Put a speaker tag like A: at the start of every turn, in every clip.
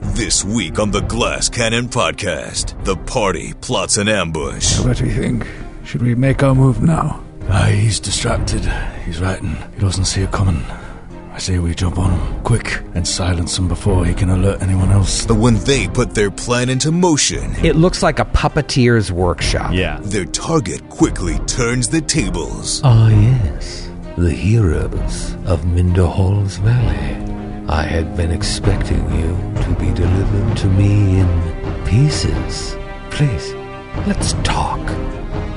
A: This week on the Glass Cannon Podcast, the party plots an ambush.
B: What do you think? Should we make our move now?
C: Ah, he's distracted. He's writing. He doesn't see it coming. I say we jump on him quick and silence him before he can alert anyone else.
A: But when they put their plan into motion,
D: It looks like a puppeteer's workshop.
E: Yeah.
A: their target quickly turns the tables.
F: Ah, yes, the heroes of Minderhall's Valley. I had been expecting you to be delivered to me in pieces. Please, let's talk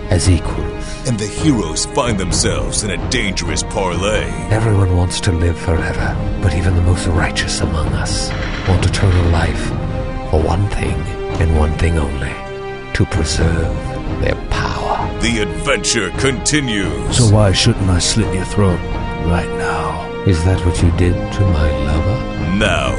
F: as equals.
A: And the heroes find themselves in a dangerous parlay.
F: Everyone wants to live forever, but even the most righteous among us want eternal life for one thing and one thing only to preserve their power.
A: The adventure continues.
C: So why shouldn't I slit your throat right now?
F: Is that what you did to my lover?
A: now.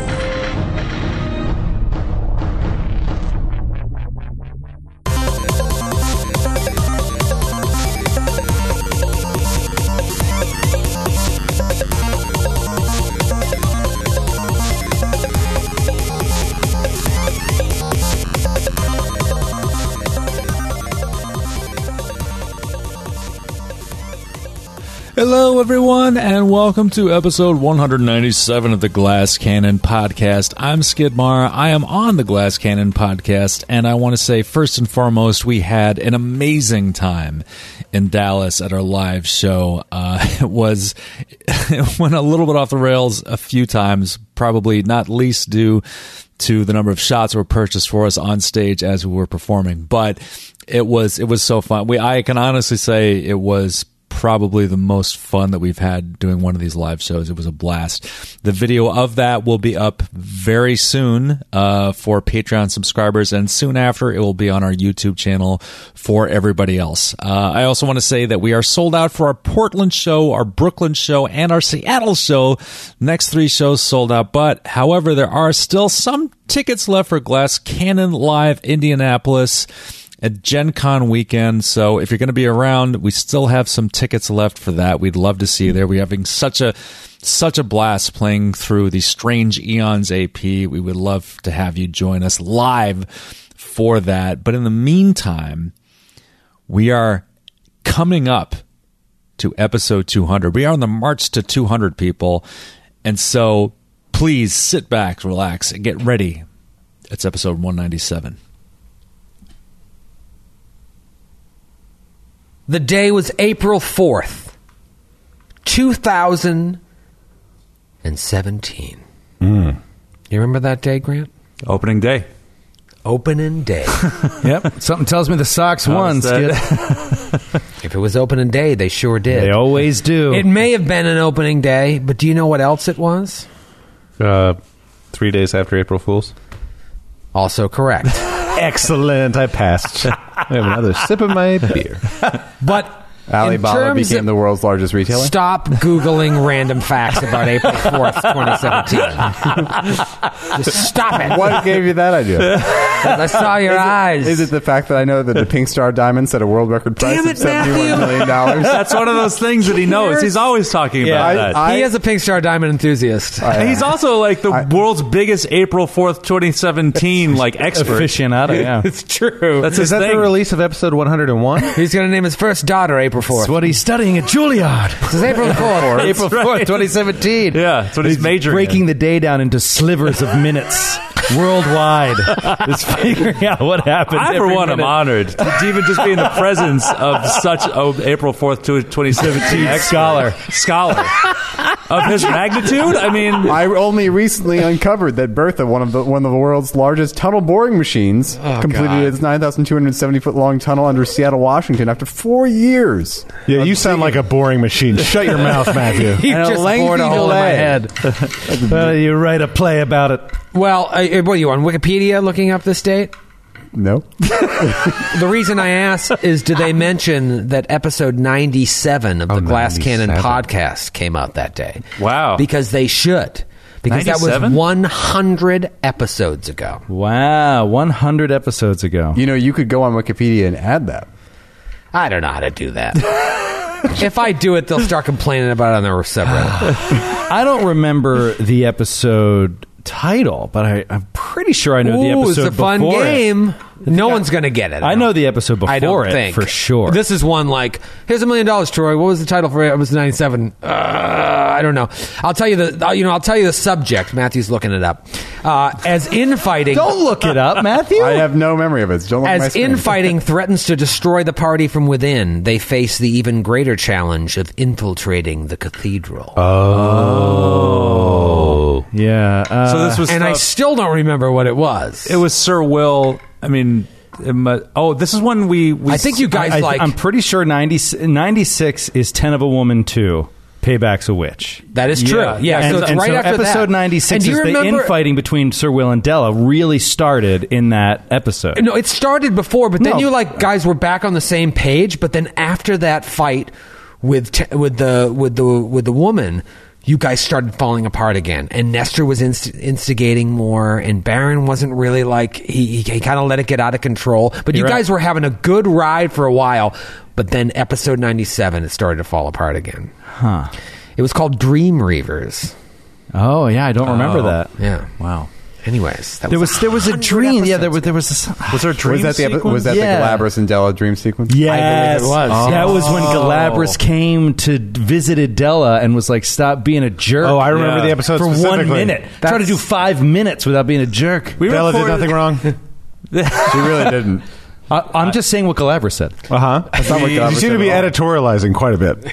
E: Hello, everyone, and welcome to episode 197 of the Glass Cannon Podcast. I'm Skidmar. I am on the Glass Cannon Podcast, and I want to say, first and foremost, we had an amazing time in Dallas at our live show. Uh, it was, it went a little bit off the rails a few times, probably not least due to the number of shots that were purchased for us on stage as we were performing. But it was, it was so fun. We, I can honestly say it was probably the most fun that we've had doing one of these live shows. It was a blast. The video of that will be up very soon uh, for Patreon subscribers, and soon after it will be on our YouTube channel for everybody else. Uh, I also want to say that we are sold out for our Portland show, our Brooklyn show, and our Seattle show. Next three shows sold out, but however, there are still some tickets left for Glass Cannon Live Indianapolis at Gen Con weekend. So if you're going to be around, we still have some tickets left for that. We'd love to see you there. We're having such a such a blast playing through the Strange Eons AP. We would love to have you join us live for that. But in the meantime, we are coming up to episode 200. We are on the march to 200 people. And so please sit back, relax, and get ready. It's episode 197.
D: The day was April 4th, 2017.
G: Hmm.
D: You remember that day, Grant?
E: Opening day.
D: Opening day.
B: Yep. Something tells me the Sox won, Skid.
D: if it was opening day, they sure did.
B: They always do.
D: it may have been an opening day, but do you know what else it was?
G: Uh, three days after April Fools.
D: Also correct.
G: Excellent. I passed. I have another sip of my beer.
D: But
G: Alibaba
D: terms
G: became
D: of-
G: the world's largest retailer.
D: Stop Googling random facts about April 4th, 2017. Just stop it.
G: What gave you that idea?
D: I saw your eyes.
G: Is it the fact that I know that the Pink Star Diamond set a world record price
D: Damn
G: of
D: it, Matthew.
G: seventy-one million dollars?
E: That's one of those things that he knows. He's always talking
G: I-
E: about that.
D: he
G: I-
D: is a Pink Star Diamond enthusiast.
E: He's also like the world's biggest April Fourth, twenty seventeen, like expert.
C: Aficionado, yeah.
D: it's true.
E: That's his thing.
G: release of episode one hundred and one?
D: He's going to name his first daughter April 4th.
C: That's what he's studying at Juilliard.
D: This is April 4th.
C: April 4th, 2017.
E: yeah, that's what he's, majoring.
C: breaking
E: in.
C: the day down into slivers of minutes worldwide. Just figuring out what happened.
E: I for
C: every
E: one am
C: minute.
E: honored to even just be in the presence of such a April Fourth, twenty seventeen
C: Scholar.
E: scholar of his magnitude. I mean,
G: I only recently uncovered that Bertha, one of the one of the world's largest tunnel boring machines, completed its nine thousand two hundred seventy foot long tunnel under Seattle, Washington, after four years.
H: Yeah, you sound like a boring machine. Shut your mouth, Matthew.
D: He
C: And
D: just
C: a lengthy
D: bored a hole in my
C: delay.
D: head.
C: Well, you write a play about it.
D: Well, uh, what are you on Wikipedia looking up this date?
G: No,
D: The reason I asked is do they mention that episode 97 of the Glass Cannon podcast came out that day?
E: Wow.
D: Because they should. Because that
E: 97?
D: was 100 episodes ago.
C: Wow, 100 episodes ago.
G: you know you could go on Wikipedia and add that.
D: I don't know how to do that. if I do it, they'll start complaining about it on their subreddit.
C: I don't remember the episode
I: title, but I, I'm pretty sure I know the
D: Ooh,
I: episode
D: it's a fun
I: before it.
D: game. No one's going to get it.
I: I know the episode before
D: I don't
I: it
D: think
I: for sure.
D: This is one like here's a million dollars, Troy. What was the title for it? It was ninety seven. Uh, I don't know. I'll tell you the uh, you know I'll tell you the subject. Matthew's looking it up. Uh, as infighting,
I: don't look it up, Matthew.
G: I have no memory of it. so Don't look at my
D: as
G: screen.
D: infighting threatens to destroy the party from within, they face the even greater challenge of infiltrating the cathedral.
I: Uh, oh, yeah. Uh,
E: so this was
D: and I
E: stuff-
D: still don't remember what it was.
E: it was Sir Will. I mean, it mu- oh, this is when we. we
D: I think you guys
I: I,
D: like
I: am pretty sure 90, 96 is ten of a woman two. Payback's a witch.
D: that is true. Yeah,
I: and,
D: so it's
I: and
D: right after
I: episode
D: that.
I: ninety
D: And
I: six
D: do
I: is
D: you
I: the
D: remember-
I: infighting between Sir Will and Della really started in that episode.
D: No, it started before, but then
I: No.
D: you like guys were back on the same page. But then after that fight with t- with the with the with the woman, you guys started falling apart again. And Nestor was inst- instigating more, and Baron wasn't really like he he, he kind of let it get out of control. But you
I: You're
D: guys were having a good ride for a while. But then episode ninety seven, it started to fall apart again.
I: Huh.
D: It was called Dream Reavers.
I: Oh yeah, I don't remember
E: Oh.
I: that.
D: Yeah.
E: Wow.
D: Anyways, that
I: There was there was a
D: 100
I: dream. Yeah, there
D: episodes.
I: was there was a,
E: Was there a dream
G: was that the epi-
E: sequence?
G: was that
I: Yeah.
G: the Galabras and Della dream sequence?
I: Yes,
D: believe it was. Oh.
I: That was when Galabras came to visit Adela and was like, "Stop being a jerk."
H: Oh, I remember
E: Yeah.
H: the episode
I: for one
H: specifically.
I: minute. Try to do five minutes without being a jerk.
E: We
H: Bella did
E: recorded-
H: nothing wrong.
G: She really didn't.
I: I, I'm just saying what Galabras said.
H: Uh huh.
G: That's not what
H: You
G: Galabras
H: seem to
G: said
H: be
G: at all.
H: editorializing quite a bit.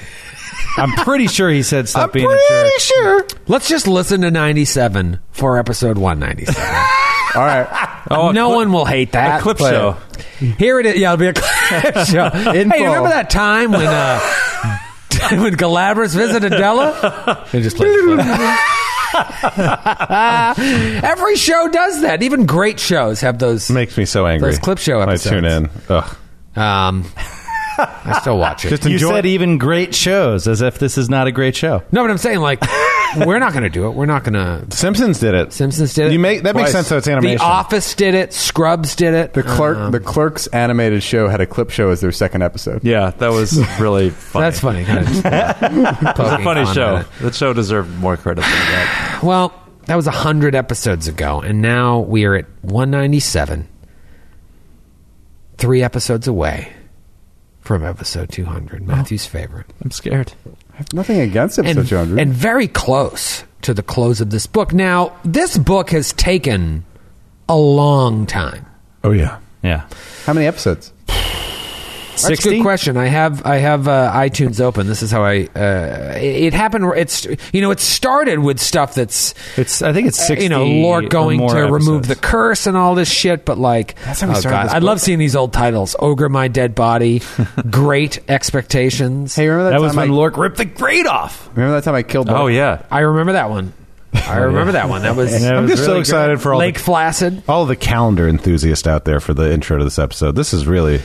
I: I'm pretty sure he said, "Stop being a jerk."
H: sure.
D: Let's just listen to 97 for episode 197.
G: All right.
E: Oh, a
D: no
E: clip-
D: one will hate that.
E: a clip
G: Play
E: show.
D: Here it is. Yeah, it'll be a clip show.
G: Info.
D: Hey, you remember that time when uh, when Galabras visited Della? They just play the clip. Every show does that. Even great shows have those.
H: Makes me so angry.
D: Those clip show
H: when
D: episodes.
H: I tune in. Ugh.
D: Um, I still watch it.
H: Just
I: You
H: enjoy.
I: said even great shows, as if this is not a great show.
D: No, but I'm saying like we're not going to do it. We're not going to.
H: Simpsons did it.
D: Simpsons did it.
H: You make that makes sense. though it's animation.
D: The Office did it. Scrubs did it.
G: The clerk, the clerk's animated show had a clip show as their second episode.
E: Yeah, that was really funny.
D: That's funny. Kind of
E: It was a funny show. That show deserved more credit than that.
D: Well, that was 100 episodes ago, and now we are at 197, three episodes away from episode 200, Matthew's favorite.
E: I'm scared.
G: I have nothing against episode
D: And,
G: 200.
D: and very close to the close of this book. Now, this book has taken a long time.
H: oh yeah.
I: Yeah,
G: How many episodes?
D: That's a good question. I have I have uh, iTunes open. This is how I uh, it, it happened. It's you know it started with stuff that's
I: It's I think it's
D: uh,
I: sixty.
D: you know, Lork
I: or
D: going to
I: more
D: remove the
I: episodes.
D: curse and all this shit, but like,
G: That's how we
D: oh,
G: started
D: God.
G: this
D: I
G: book.
D: love seeing these old titles: "Ogre My Dead Body," "Great Expectations."
G: Hey, remember that,
I: That was
G: time
I: when
G: I,
I: Lork ripped the grate off.
G: remember that time I killed
E: Oh
G: Lork?
E: yeah,
D: I remember that one. I remember that one. That was
I: Yeah, it
H: Oh, I'm
I: was
H: just so
I: really
H: excited for all
D: Lake Flaccid
H: the, all the calendar enthusiasts out there for the intro to this episode. This is really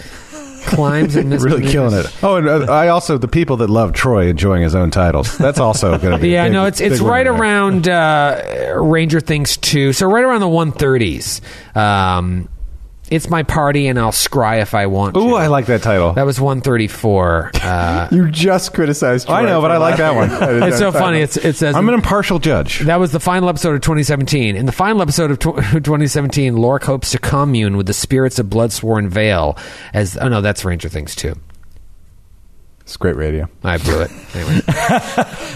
D: climbs and
H: really
D: misdemeanors.
H: killing it. Oh, and uh, I also the people that love Troy enjoying his own titles. That's also going to be. a
D: Yeah,
H: big-
D: no, it's it's
H: big winner
D: right
H: there.
D: around uh, Ranger Things two, so right around the one thirties. Um, it's my party, and I'll scry if I want.
H: Ooh,
D: to.
H: I like that title.
D: That was one thirty four. Uh,
G: You just criticized Troy
H: I know,
G: for
H: but I like that
G: laughing
H: one.
G: at his
D: it's so
G: own
D: funny. It's
G: title.
D: it says
H: I'm an impartial judge.
D: That was the final episode of 2017. In the final episode of tw- 2017, Lork hopes to commune with the spirits of Bloodsworn Vale as oh no, that's Ranger Things too.
G: It's great radio.
D: I blew it. Anyway.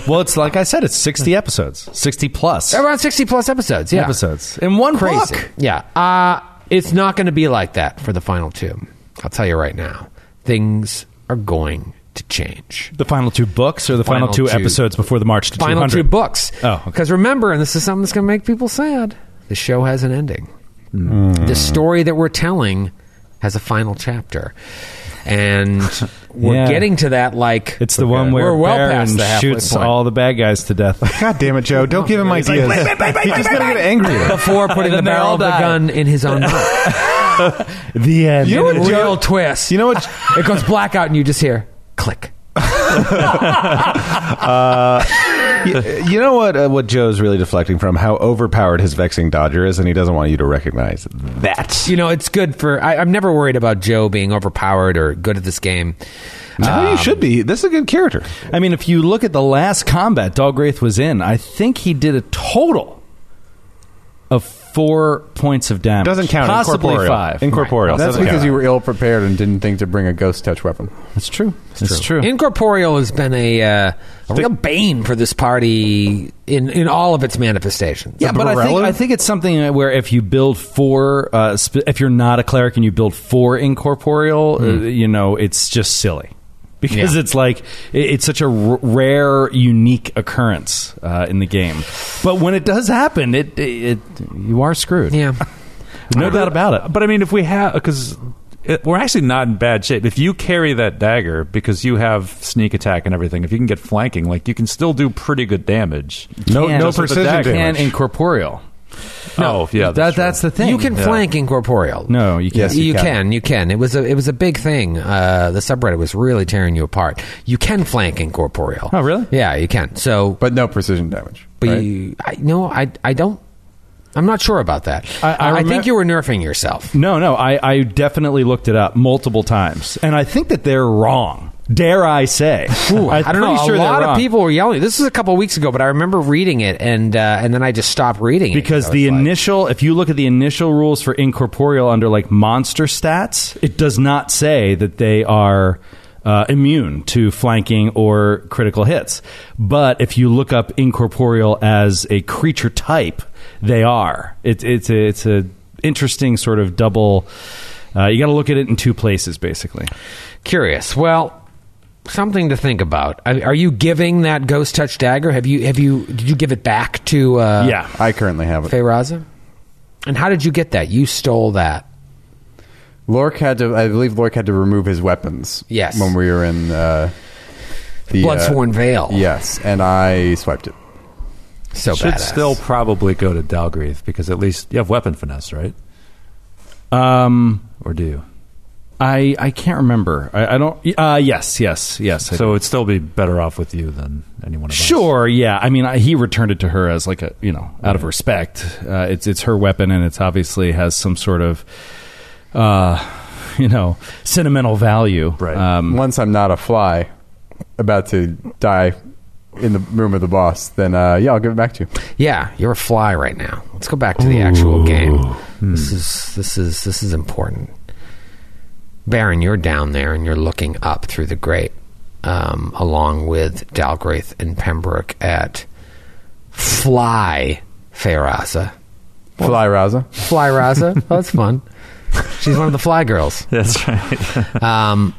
I: Well, it's like I said, it's sixty episodes, sixty plus
D: Around 60 plus episodes. Yeah.
I: episodes in one
D: Crazy.
I: book.
D: Yeah. Uh it's not going to be like that for the final two. I'll tell you right now. Things are going to change.
I: The final two books or the final,
D: Final
I: two,
D: two-
I: episodes before the march to
D: Final
I: 200?
D: two books.
I: Oh, okay.
D: Because remember, and this is something that's going to make people sad, the show has an ending.
I: Hmm.
D: The story that we're telling has a final chapter. And we're
I: Yeah.
D: getting to that like
I: It's the one where
D: we're well past
I: Baron
D: the halfway
I: shoots
D: point.
I: all the bad guys to death.
H: God damn it, Joe! Don't give him ideas. He's just going to get angrier.
D: before putting the
I: then they
D: barrel
I: all
D: of the
I: die.
D: gun in his own mouth.
I: the end.
H: You know what,
D: Real
H: Joe?
D: twist.
H: You know what?
D: it goes blackout and you just hear click.
H: You know what? Uh, what Joe's really deflecting from how overpowered his vexing Dodger is, and he doesn't want you to recognize that.
D: You know, it's good for I, I'm never worried about Joe being overpowered or good at this game.
H: No, you should be. This is a good character.
I: I mean, if you look at the last combat Dalgraith was in, I think he did a total of four points of damage.
H: Doesn't count.
I: Possibly
H: Incorporeal.
I: five.
H: Incorporeal.
G: That's
H: Doesn't
G: because
H: count.
G: you were ill prepared and didn't think to bring a ghost touch weapon.
H: That's true.
I: That's true.
D: Incorporeal has been a, uh, a real bane for this party in, in all of its manifestations.
I: yeah, but I think,
H: Barella?
I: I think it's something where if you build four, uh, sp- if you're not a cleric and you build four incorporeal, uh, you know, it's just silly. Because
D: Hmm. Yeah.
I: it's like, it- it's such a r- rare, unique occurrence uh, in the game. But when it does happen, it, it, you are screwed.
D: Yeah.
I: No doubt about it.
E: But I mean, if we have because we're actually not in bad shape. If you carry that dagger because you have sneak attack and everything, if you can get flanking, like you can still do pretty good damage.
H: No,
I: Can-
H: no
I: just with the
H: precision
I: dagger.
H: damage.
I: Can incorporeal.
E: oh yeah,
I: that,
E: that's, true.
I: that's the thing.
D: You can flank incorporeal.
I: No, you can't.
G: Yes,
D: you,
G: you
D: can.
G: can.
D: You can. It was a it was a big thing. Uh, the subreddit was really tearing you apart. You can flank incorporeal.
I: Oh, really?
D: Yeah, you can. So, but,
G: But no precision damage. right?
D: you, I, no, I I don't. I'm not sure about that.
I: I- I remem-
D: think you were nerfing yourself.
I: No, no, I, I definitely looked it up multiple times, and I think that they're wrong. Dare I say?
D: Ooh,
I: I'm
D: I don't know.
I: pretty sure
D: a
I: they're
D: lot
I: wrong.
D: of people were yelling. This was a couple of weeks ago, but I remember reading it, and uh, and then I just stopped reading it
I: because
D: I was
I: the
D: like-
I: initial, if you look at the initial rules for incorporeal under like monster stats, it does not say that they are uh, immune to flanking or critical hits. But if you look up incorporeal as a creature type, they are. It's it's a, it's a interesting sort of double. Uh, you got to look at it in two places, basically.
D: curious. Well. Something to think about. I- Are you giving that ghost touch dagger? Have you? Have you? Did you give it back to? Uh,
I: yeah.
G: I currently have it.
D: Feyraza? And how did you get that? You stole that.
G: Lork had to, I believe Lork had to remove his weapons.
D: Yes.
G: When we were in uh, the.
D: Bloodsworn
G: uh,
D: Veil.
G: Yes, and I swiped it.
D: So
E: should
D: badass.
E: still probably go to Dalgreath because at least you have weapon finesse, right?
I: Um,
E: Or do you?
I: I I can't remember. I, I don't. Uh, yes, yes, yes. I
E: so
I: do.
E: it'd still be better off with you than anyone else.
I: sure, yeah. I mean, I, he returned it to her as like a you know out of respect. Uh, it's it's her weapon, and it's obviously has some sort of, uh, you know, sentimental value.
E: Right.
I: Um,
G: Once I'm not a fly about to die in the room of the boss, then uh, yeah, I'll give it back to you.
D: yeah, you're a fly right now. Let's go back to the actual game.
E: Hmm.
D: This is this is this is important. Baron, you're down there and you're looking up through the grate, um, along with Dalgraith and Pembroke at Fly Feyraza.
G: Fly Raza.
D: Fly Raza. Oh, that's fun. She's one of the fly girls.
E: That's right.
D: Um,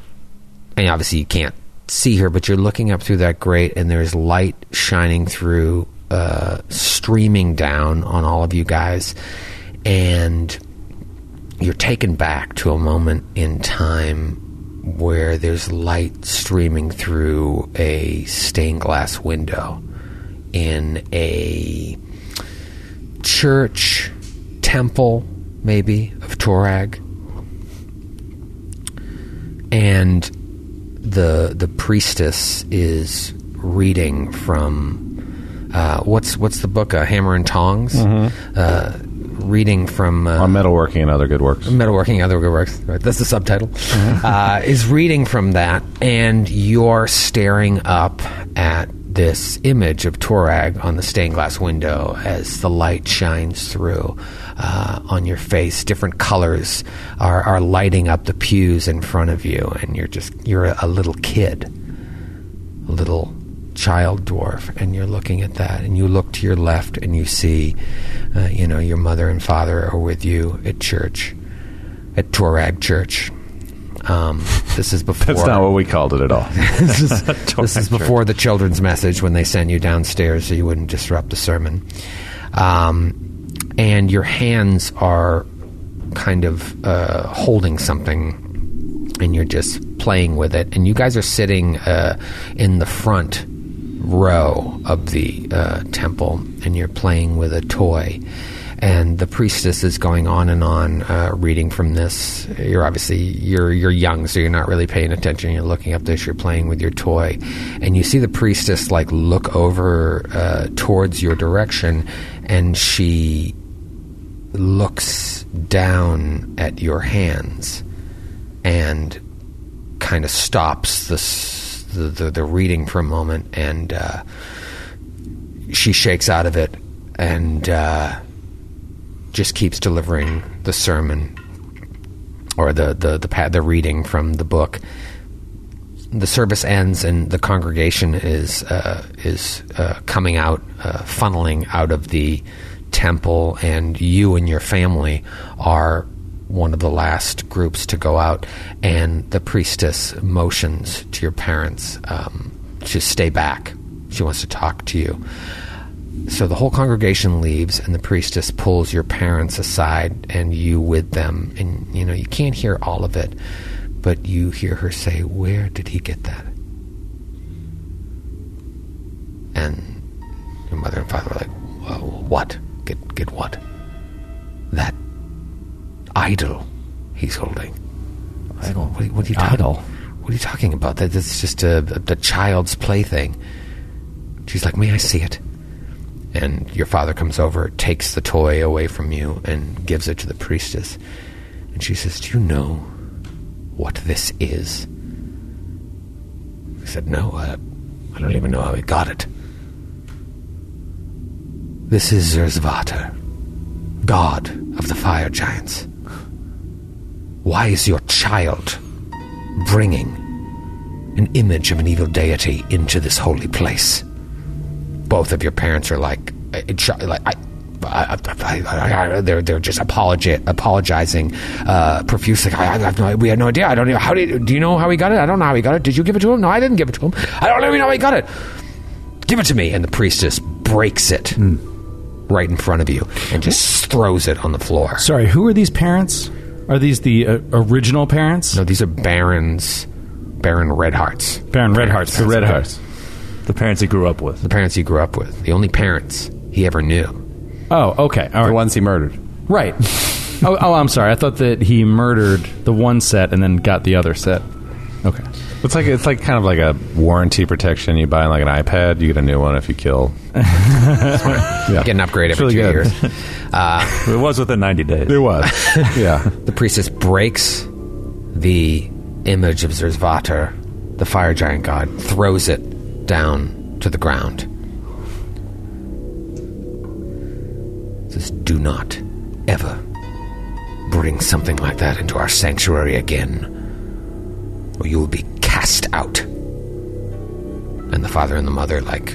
D: and obviously you can't see her, but you're looking up through that grate, and there's light shining through, uh, streaming down on all of you guys, and you're taken back to a moment in time where there's light streaming through a stained glass window in a church temple maybe of torag and the the priestess is reading from uh, what's what's the book? Uh, Hammer and Tongs. Uh, reading from uh,
H: On metalworking and other good works.
D: metalworking, other good works. Right, that's the subtitle. uh, is reading from that, and you're staring up at this image of Torag on the stained glass window as the light shines through uh, on your face. Different colors are, are lighting up the pews in front of you, and you're just you're a, a little kid, a little child dwarf and you're looking at that and you look to your left and you see uh, you know your mother and father are with you at church at Torag Church. Um, this is before.
H: That's not what we called it at all.
D: this is, this is before the children's message when they sent you downstairs so you wouldn't disrupt the sermon. Um, and your hands are kind of uh, holding something, and you're just playing with it. And you guys are sitting uh, in the front row of the uh, temple, and you're playing with a toy. And the priestess is going on and on, uh, reading from this. You're obviously you're you're young, so you're not really paying attention. You're looking up this. You're playing with your toy, and you see the priestess like look over uh, towards your direction, and she looks down at your hands and kind of stops the, s- the, the, the reading for a moment and uh, she shakes out of it and uh, just keeps delivering the sermon or the the the, pa- the reading from the book. The service ends, and the congregation is uh, is uh, coming out, uh, funneling out of the temple, and you and your family are one of the last groups to go out. And the priestess motions to your parents um, to stay back. She wants to talk to you. So the whole congregation leaves, and the priestess pulls your parents aside, and you with them. And you know you can't hear all of it, but you hear her say, "Where did he get that?" And your mother and father are like, "Wha- "What? Get get what? That idol he's holding." I said, what, are you- what are you talking?
I: Idol?
D: What are you talking about? That that's just a, a, a child's plaything. She's like, "May I see it?" and your father comes over, takes the toy away from you, and gives it to the priestess. And she says, Do you know what this is? He said, No, I, I don't even know how he got it. This is Zerzvater, god of the fire giants. Why is your child bringing an image of an evil deity into this holy place? both of your parents are like, uh, it, sho- like I. I, I, I, I, they're they're just apologi- apologizing uh, profusely. I, I have no, we had no idea. I don't know how did. Do you know how he got it? I don't know how he got it. Did you give it to him? No, I didn't give it to him. I don't even know how he got it. Give it to me. And the priestess breaks it right in front of you and just throws it on the floor.
I: Sorry, who are these parents? Are these the uh, original parents?
D: No, these are barons, Baron Redhearts,
I: Baron Redhearts.
H: The Red Hearts.
E: The parents he grew up with.
D: the parents he grew up with, the only parents he ever knew.
I: Oh, okay. All
G: The
I: right.
G: ones he murdered.
I: Right. oh, oh, I'm sorry. I thought that he murdered the one set and then got the other set. Okay.
H: It's like it's like kind of like a warranty protection you buy on like an iPad. You get a new one if you kill.
D: Get an upgrade every
H: really
D: two
H: good.
D: years.
E: It was within 90 days.
H: It was. yeah.
D: The priestess breaks the image of Zerzvater, the fire giant god, throws it down to the ground. Says, Do not ever bring something like that into our sanctuary again, or you will be cast out. And the father and the mother, like,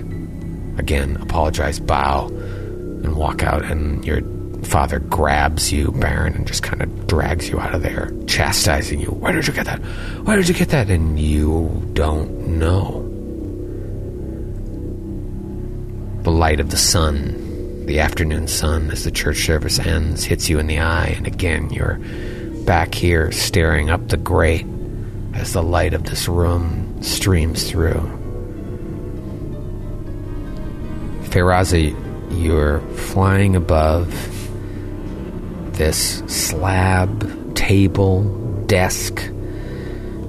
D: again, apologize, bow, and walk out, and your father grabs you, Baron, and just kind of drags you out of there, chastising you. Where did you get that? Where did you get that? And you don't know. The light of the sun, the afternoon sun, as the church service ends, hits you in the eye, and again, you're back here staring up the grate as the light of this room streams through. Feyrazi, you're flying above this slab, table, desk,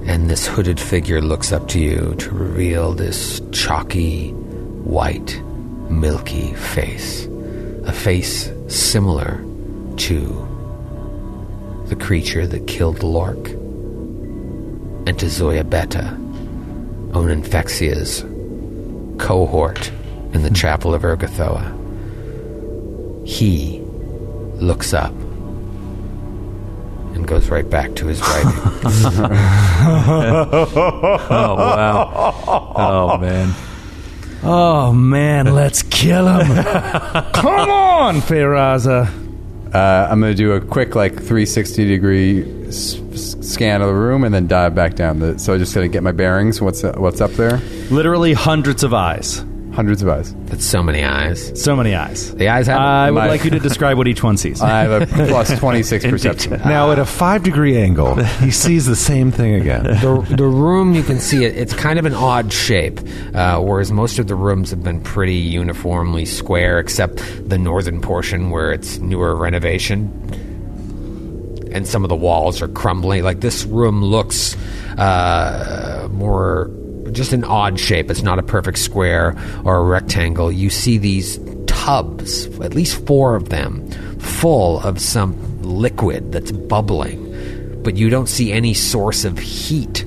D: and this hooded figure looks up to you to reveal this chalky, white, milky face. A face similar to the creature that killed Lork and to Zoya Beta, Onanfexia's cohort in the chapel of Ergothoa. He looks up and goes right back to his writing.
E: Oh, wow. Oh, man.
I: Oh man, let's kill him! Come on, Feyraza.
G: Uh, I'm going to do a quick like 360 degree s- s- scan of the room and then dive back down. The, so I just got to get my bearings. What's uh, what's up there?
I: Literally hundreds of eyes.
G: Hundreds of eyes.
D: That's so many eyes.
I: So many eyes.
D: The eyes have.
I: I would
G: My-
I: like you to describe what each one sees.
G: I have a plus 26 perception.
H: Now at a five degree angle, he sees the same thing again.
D: the, the room you can see it it's kind of an odd shape uh, whereas most of the rooms have been pretty uniformly square except the northern portion where it's newer renovation and some of the walls are crumbling like this room looks uh, more just an odd shape it's not a perfect square or a rectangle you see these tubs at least four of them full of some liquid that's bubbling but you don't see any source of heat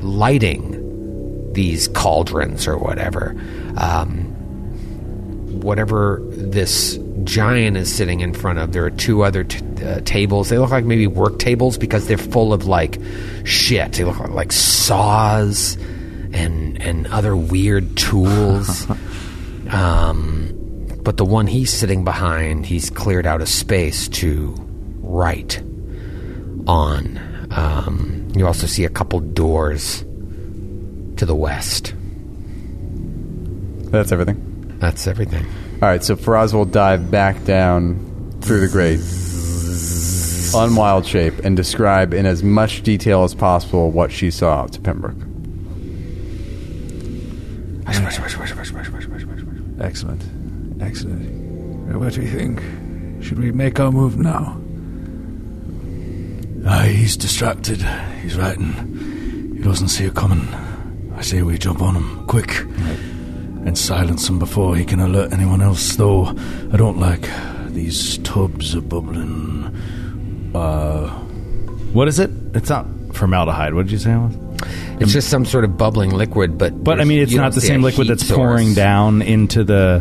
D: lighting these cauldrons or whatever. Um, whatever this giant is sitting in front of. There are two other t- uh, tables. They look like maybe work tables because they're full of like shit. They look like, like saws and and other weird tools. um, but the one he's sitting behind, he's cleared out a space to write on. Um, you also see a couple doors to the west.
G: That's everything.
D: That's everything.
G: All right, so Faraz will dive back down through the grate on Wild Shape and describe in as much detail as possible what she saw to Pembroke.
B: Excellent. Excellent. Uh, What do you think? Should we make our move now?
C: Ah, he's distracted. He's writing. He doesn't see it coming. I say we jump on him, quick, and silence him before he can alert anyone else, though I don't like these tubs of bubbling. Uh,
I: What is it? It's not formaldehyde. What did you say it was?
D: It's just some sort of bubbling liquid, but
I: But I mean, it's
D: you
I: not
D: don't
I: the
D: see
I: same
D: a
I: liquid
D: heat
I: that's
D: source.
I: pouring down into the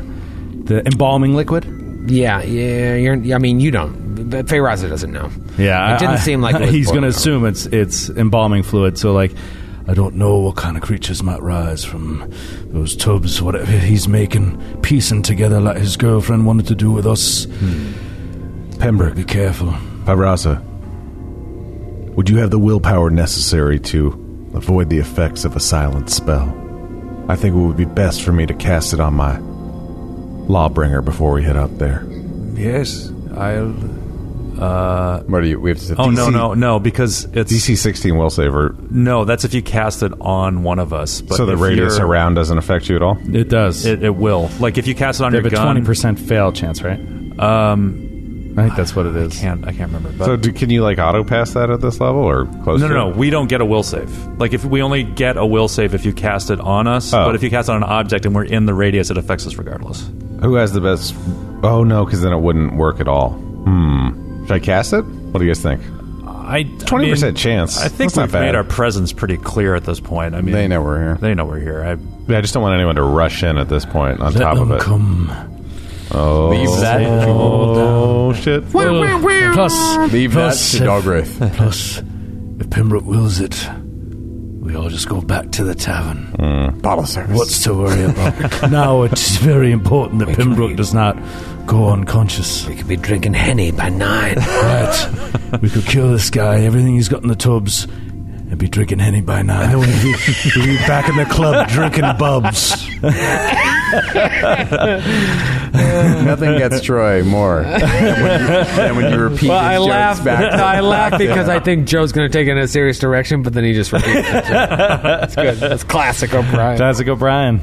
I: the embalming liquid.
D: Yeah, yeah. You're, I mean, you don't. But Feyraza doesn't know.
I: Yeah,
D: it didn't
I: I-
D: seem like it was
I: he's going to
D: boiling.
I: assume it's it's embalming fluid. So like,
C: I don't know what kind of creatures might rise from those tubs, whatever he's making, piecing together like his girlfriend wanted to do with us.
H: Pembroke,
C: Be careful.
H: Pavraza, would you have the willpower necessary to avoid the effects of a silent spell? I think it would be best for me to cast it on my lawbringer before we head out there.
E: Yes, I'll.
G: What do you? We have to. Say
E: Oh no,
H: DC.
E: no, no! Because it's
H: DC 16 will saver,
E: no. That's if you cast it on one of us. But
H: so the
E: if
H: radius
E: you're-
H: around doesn't affect you at all?
I: it does.
E: it, it will. Like if you cast it on
I: they
E: your
I: have a
E: gun,
I: twenty percent fail chance, right?
E: Um,
I: I think that's what it is.
E: can't I can't remember. But
H: So do, can you like auto pass that at this level or close?
E: no,
H: to
E: no, no.
H: it?
E: We don't get a will save. Like if we only get a will save if you cast it on us.
H: Oh.
E: But if you cast it on an object and we're in the radius, it affects us regardless.
H: Who has the best? Oh no, because then it wouldn't work at all. Hmm. Should I cast it? What do you guys think?
E: I
H: Twenty
E: I mean,
H: percent chance.
E: I think
H: That's not
E: we've made
H: bad.
E: our presence pretty clear at this point. I mean,
G: They know we're here.
E: They know we're here. I
H: Yeah, I just don't want anyone to rush in at this point. On
C: Let
H: top
C: them
H: of it.
C: come.
H: Oh,
G: that-
H: oh shit!
I: Plus,
G: Leave
C: Plus-
G: that to Dogwraith.
C: Plus, if Pembroke wills it, we all just go back to the tavern.
G: Bottle service.
C: What's to worry about? now it's very important that Pembroke does not go unconscious.
D: We could be drinking henny by nine.
C: Right. we could kill this guy, everything he's got in the tubs, and be drinking henny by now. And then we'd be, we'd be back in the club drinking bubs.
G: Nothing gets Troy more than when you repeat
D: Well,
G: his
D: I
G: jokes
D: laugh.
G: back. to-
D: I laugh
G: back to
D: because
G: him.
D: I think Joe's going to take it in a serious direction, but then he just repeats it. That's good. That's classic O'Brien.
I: that's a go, Brian.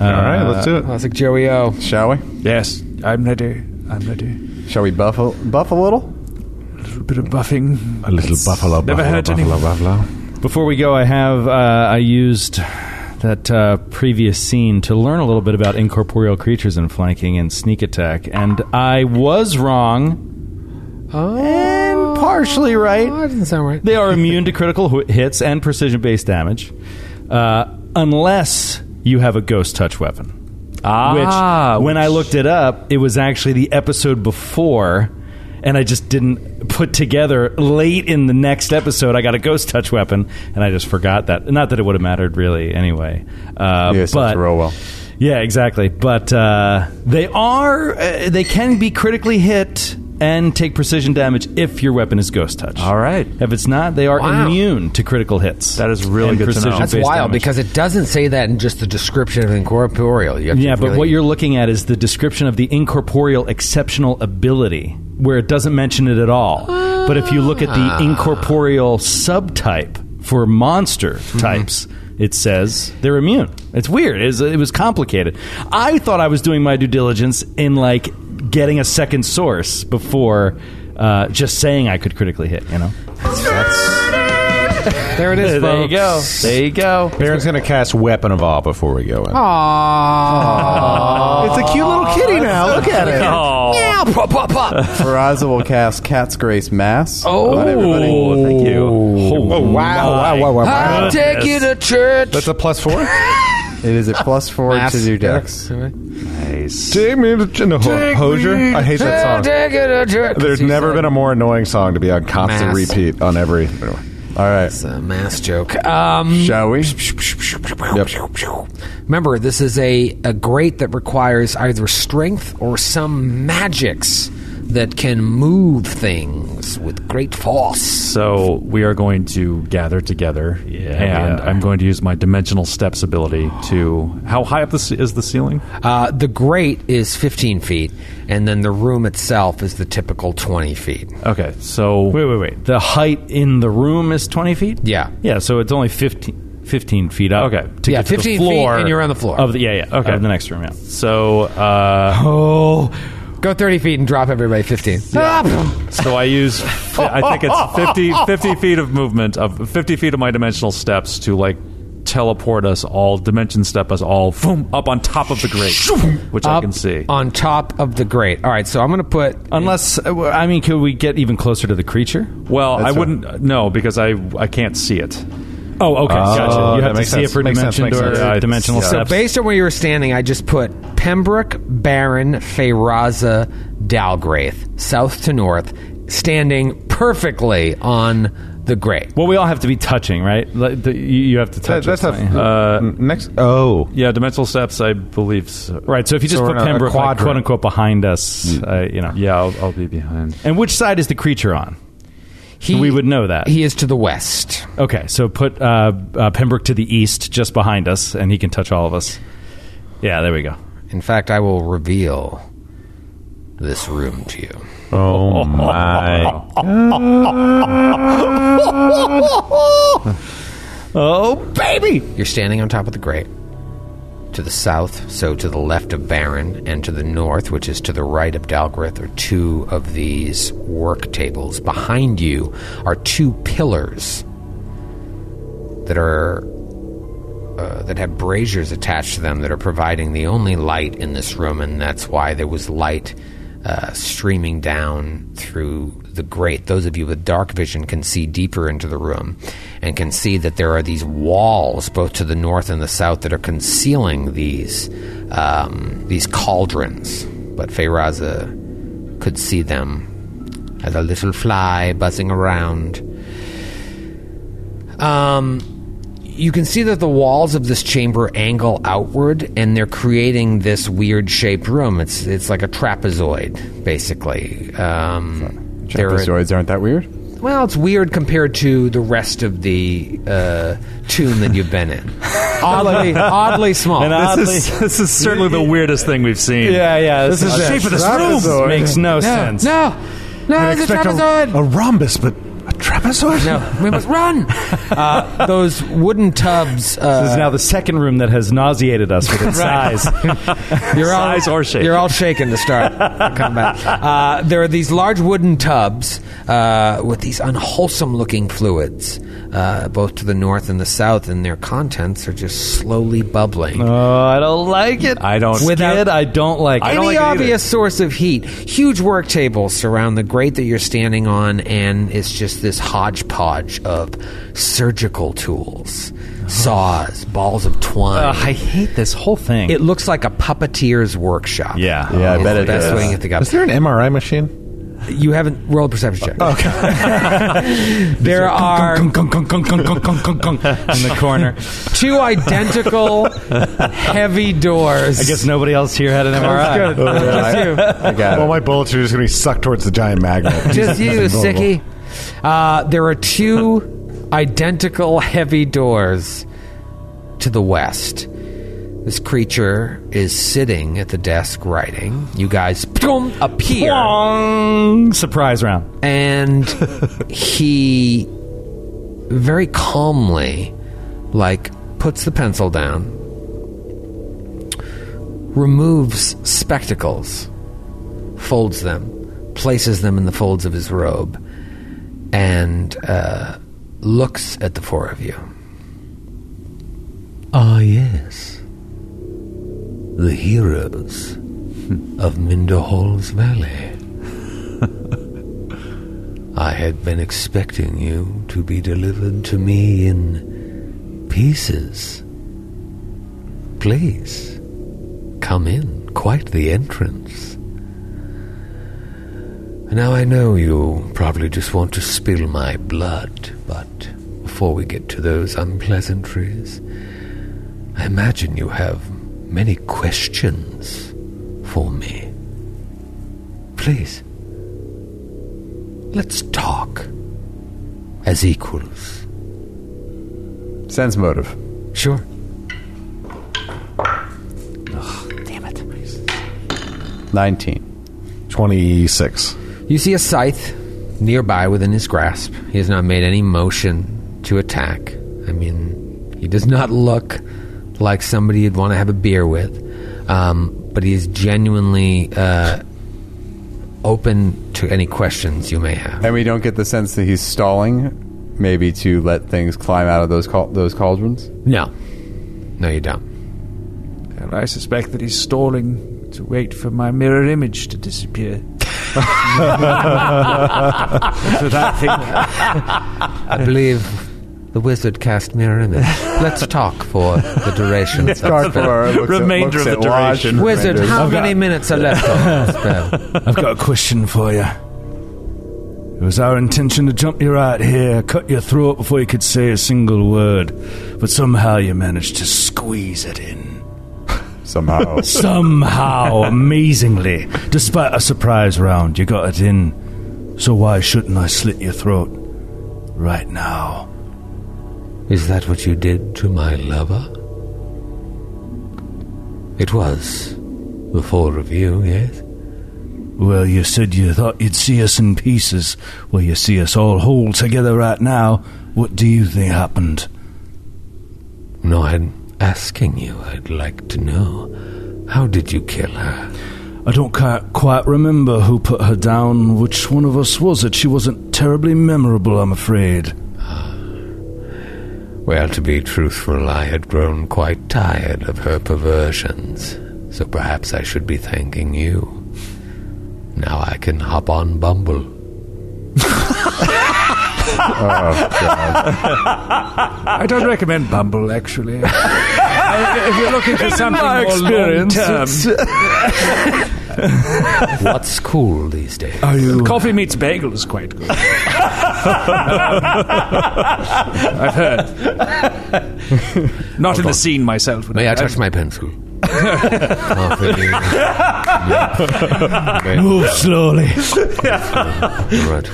H: All right, let's do it.
D: classic Joey O.
G: Shall we?
E: Uh, yes.
B: I'm ready. I'm ready.
G: Shall we buff a, buff a little?
B: A bit of buffing.
H: A little buffalo,
B: Never
H: buffalo,
B: hurt
H: buffalo, buffalo.
I: Before we go, I have uh, I used that uh, previous scene to learn a little bit about incorporeal creatures and flanking and sneak attack, and I was wrong and partially right.
D: Oh, that doesn't sound right.
I: They are immune to critical hu- hits and precision based damage, uh, unless you have a ghost touch weapon.
E: Ah,
I: which, when I
E: which-
I: looked it up, it was actually the episode before, and I just didn't put together late in the next episode. I got a ghost touch weapon, and I just forgot that. Not that it would have mattered really, anyway. Uh,
G: Yes,
I: but
G: that's real well.
I: yeah, exactly. But uh, they are uh, they can be critically hit and take precision damage if your weapon is ghost touch.
E: All right.
I: If it's not, they are
D: Wow.
I: immune to critical hits.
E: That is really
I: and
E: good to know.
I: precision-based
D: That's wild
I: damage.
D: because it doesn't say that in just the description of incorporeal. You have to
I: Yeah, but
D: really-
I: what you're looking at is the description of the incorporeal exceptional ability, where it doesn't mention it at all. But if you look at
E: Ah.
I: the incorporeal subtype for monster
E: Mm-hmm.
I: types, it says they're immune. It's weird. It was, it was complicated. I thought I was doing my due diligence in like getting a second source before uh, just saying I could critically hit. You know,
D: there it is. folks.
I: There you go.
H: Baron's gonna cast weapon of all before we go in.
D: Aww.
H: It's a cute little kitty now. Look at it.
D: Meow, pop, pop, pop.
G: Peraza will cast Cat's Grace Mass
D: Oh.
G: on everybody.
E: thank you.
H: Oh, wow, wow, wow, wow, wow.
D: I'll take you to church.
H: That's a plus four.
G: It is a plus four to
D: Mass-
G: your dex.
I: Nice.
H: Take me to Ch- no, Hosier. I hate that song. There's never been a more annoying song to be on constant
D: Mass.
H: repeat on every. uh, All right.
D: It's a mass joke. Um,
G: Shall we?
D: Remember, this is a, a great that requires either strength or some magics that can move things with great force.
E: So we are going to gather together, and
I: we are.
E: I'm going to use my dimensional steps ability to. How high up the ce- is the ceiling?
D: Uh, the great is 15 feet, and then the room itself is the typical 20 feet.
E: Okay, so
I: Wait, wait, wait. The height in the room is 20 feet?
D: Yeah.
I: Yeah, so it's only 15, 15 feet up.
E: Okay.
I: To
D: Yeah,
I: get to
D: 15
I: the
D: feet
I: floor.
D: and you're on the floor.
I: Of the, yeah, yeah. Okay.
E: Of
I: the
E: the
I: next room, yeah.
E: so uh,
I: Oh.
D: Go 30 feet and drop everybody 15.
E: so I use I think it's 50, 50 feet of movement of 50 feet of my dimensional steps to like teleport us all dimension step us all boom, up on top of the grate, which I
D: Up
E: can see.
D: On top of the great. All right, so I'm going to put.
I: Unless, uh, well, I mean, could we get even closer to the creature?
E: Well, I
H: That's a-
E: wouldn't no because I I can't see it. Uh,
I: Oh, okay.
H: Oh,
I: gotcha. You
H: that
I: have to
H: makes
I: see
H: sense.
I: it for
H: Makes sense,
I: dimension
H: makes
I: or
H: sense.
I: uh,
E: Yeah,
I: dimensional
E: it's-
I: steps.
D: Based on where you were standing, I just put Pembroke Baron Feyraza Dalgraith, south to north, standing perfectly on the great.
I: Well, we all have to be touching, right? Like, the- you you have to
H: That,
I: touch.
H: that's
I: it.
H: a uh, next. Oh,
E: Yeah, dimensional steps I believe. So.
I: right. So if you just
H: So
I: put
H: we're in a- a
I: Pembroke, like,
H: quadrant. Mm.
I: quote unquote, behind us, uh, you know.
E: Yeah, I'll, I'll be behind.
I: And which side is the creature on?
D: He,
I: We would know that.
D: He is to the west.
I: Okay, so put uh, uh, Pembroke to the east, just behind us, and he can touch all of us. Yeah, there we go.
D: In fact, I will reveal this room to you.
H: oh my!
D: You're standing on top of the grate. To the south, so to the left of Baron, and to the north, which is to the right of Dalgrith, are two of these work tables. Behind you are two pillars that are uh, that have braziers attached to them that are providing the only light in this room, and that's why there was light uh, streaming down through the grate. Those of you with dark vision can see deeper into the room and can see that there are these walls, both to the north and the south, that are concealing these um, these cauldrons. But Feyraza could see them as a little fly buzzing around. Um, you can see that the walls of this chamber angle outward and they're creating this weird shaped room it's it's like a trapezoid basically um there are-
G: Trapezoids aren't that weird.
D: well it's weird compared to the rest of the uh tomb that you've been in oddly oddly small
E: This is, this is certainly the weirdest thing we've seen.
I: yeah, yeah. This,
E: is it.
G: Trapezoid.
I: makes no, sense.
D: no no it's a trapezoid
H: a rhombus, but a trapezoid.
D: no we must run uh, those wooden tubs uh,
I: This is now the second room that has nauseated us with its size.
D: You're
E: Size
D: all,
E: or shape.
D: You're all shaken to start the combat. Uh, there are these large wooden tubs uh, with these unwholesome-looking fluids, uh, both to the north and the south, and their contents are just slowly bubbling.
I: Oh, I don't like it. I don't.
D: Without-
I: Skid, I don't like it.
D: Any obvious source of heat. Huge work tables surround the grate that you're standing on, and it's just this hodgepodge of surgical tools, saws, balls of twine.
I: Ugh, Uh-huh. Uh, I hate this whole thing.
D: it looks like a puppeteer's workshop.
I: yeah.
H: Yeah, I
D: It's
H: bet
D: the
H: it
D: best
H: is.
D: way you can think of.
H: Is there an MRI machine?
D: You haven't rolled a perception check. Okay. there are
I: in the corner.
D: two identical heavy doors.
I: I guess nobody else here had an MRI.
H: Oh, yeah, I-
G: I got
H: Well,
G: it.
H: my bullets are just going to be sucked towards the giant magnet.
D: Just you,
H: Invulnerable.
D: sicky. Uh, there are two identical heavy doors to the west. This creature is sitting at the desk writing. You guys boom, appear.
I: Bong! Surprise round.
D: and he very calmly like puts the pencil down removes spectacles folds them places them in the folds of his robe and uh, looks at the four of you
F: Ah, yes. The heroes of Minderhall's Valley. I had been expecting you to be delivered to me in pieces.
D: place. Come in, quite the entrance. Now I know you probably just want to spill my blood, but before we get to those unpleasantries, I imagine you have many questions for me. Please, let's talk as equals.
G: Sense motive.
D: Sure.
G: Nineteen.
H: 26.
J: You see a scythe nearby within his grasp. He has not made any motion to attack. I mean, he does not look like somebody you'd want to have a beer with, um, but he is genuinely uh, open to any questions you may have.
G: And we don't get the sense that he's stalling, maybe to let things climb out of those cal- those cauldrons.
J: No. No, you don't.
B: And I suspect that he's stalling to wait for my mirror image to disappear. That's what I think.
J: I believe the wizard cast mirror image. Let's talk for the duration. of the
G: Dark
J: spell.
G: Lord looks at-
K: Remainder
G: looks
K: of
G: at
K: the
G: Lodge
K: duration.
G: and
J: Wizard,
G: remainder.
J: how many minutes are left on the spell?
C: I've got a question for you. It was our intention to jump you right here, cut your throat before you could say a single word, but somehow you managed to squeeze it in.
G: somehow.
C: Somehow, amazingly, despite a surprise round, you got it in. So why shouldn't I slit your throat right now?
D: Is that what you did to my lover? It was the four of you, yes?
C: Well, you said you thought you'd see us in pieces. Well, you see us all whole together right now. What do you think happened?
D: No, I'm asking you. I'd like to know. How did you kill her?
C: I don't qui- quite remember who put her down. Which one of us was it? She wasn't terribly memorable, I'm afraid.
D: Well, to be truthful, I had grown quite tired of her perversions, so perhaps I should be thanking you. Now I can hop on Bumble.
B: I don't recommend Bumble, actually. if you're looking for something more
C: experience,
B: long-term,
D: What's cool these days?
C: Are you?
B: coffee meets bagel is quite good. I've heard. Not in the scene myself.
D: May I touch my pencil? Coffee.
C: Move slowly.
D: Right.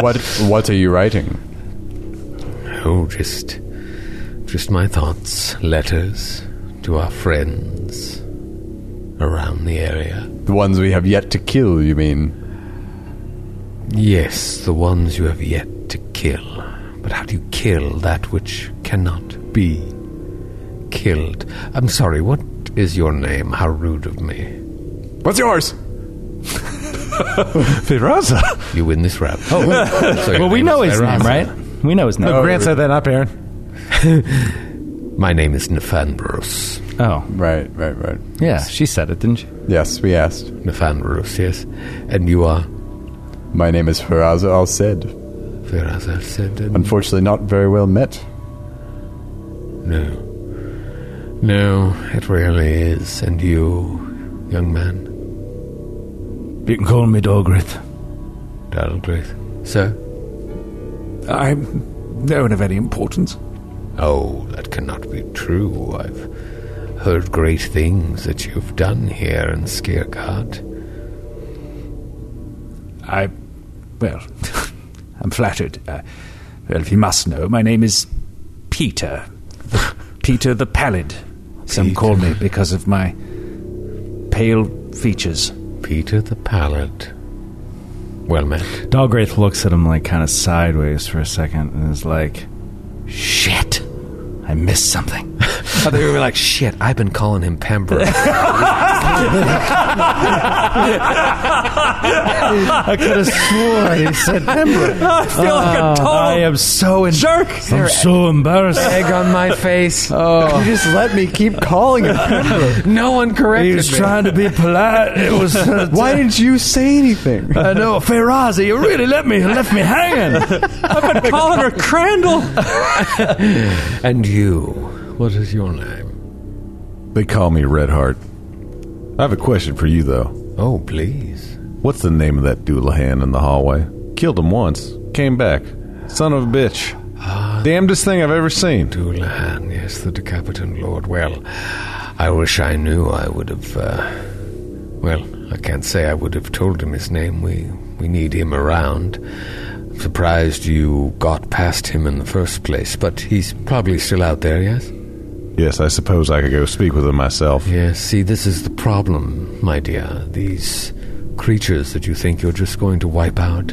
G: what What are you writing?
D: Oh, just, just my thoughts, letters to our friends around the area.
G: The ones we have yet to kill. You mean?
D: Yes, the ones you have yet to kill. But how do you kill that which cannot be killed? I'm sorry. What is your name? How rude of me!
G: What's yours?
H: Firaza.
D: You win this round. Oh,
I: Well, we know his name, right? We know his name.
G: Oh,
H: Grant said that, not Aaron.
D: My name is Nefandros.
I: Oh,
G: Right, right, right.
I: yeah. She said it, didn't she?
G: Yes, we asked.
D: Nefandros, yes. And you are
G: My name is Faraza Al Said.
D: Firaz Al Said. and-
G: Unfortunately, not very well met.
D: No. No, it really is. And you, young man,
C: You can call me Dogrith.
D: Dalgrith. Sir?
B: I'm no one of any importance.
D: Oh, that cannot be true. I've heard great things that you've done here in Skirgard.
B: I, well, I'm flattered. Uh, well, if you must know, my name is Peter. Peter the Pallid, some
D: Peter.
B: call me because of my pale features.
D: Peter the Pallid. Well met.
I: Dalgraith looks at him like kind of sideways for a second and is like, "Shit, I missed something."
J: Oh, they were like, shit, I've been calling him Pembroke.
I: I could have swore he said Pembroke. I feel like a total Ah, I am so in- jerk. I'm so embarrassed.
J: Egg on my face.
I: Oh.
G: You just let me keep calling him.
J: No one corrected
I: He was
J: me.
I: trying to be polite. It was. uh,
G: Why didn't you say anything?
I: I know, Ferazi, you really let me left me hanging. I've been calling her Crandall.
D: And you, what is your name?
H: They call me Red Heart. I have a question for you, though.
D: Oh, please.
H: What's the name of that Doulahan in the hallway? Killed him once, came back. Son of a bitch. Damnedest thing I've ever seen.
D: Doulahan, yes, the decapitant lord. Well, I wish I knew. I would have. Uh, well, I can't say I would have told him his name. We we need him around. I'm surprised you got past him in the first place, but he's probably still out there, yes?
H: Yes, I suppose I could go speak with him myself.
D: Yes, see, this is the problem, my dear. These creatures that you think you're just going to wipe out,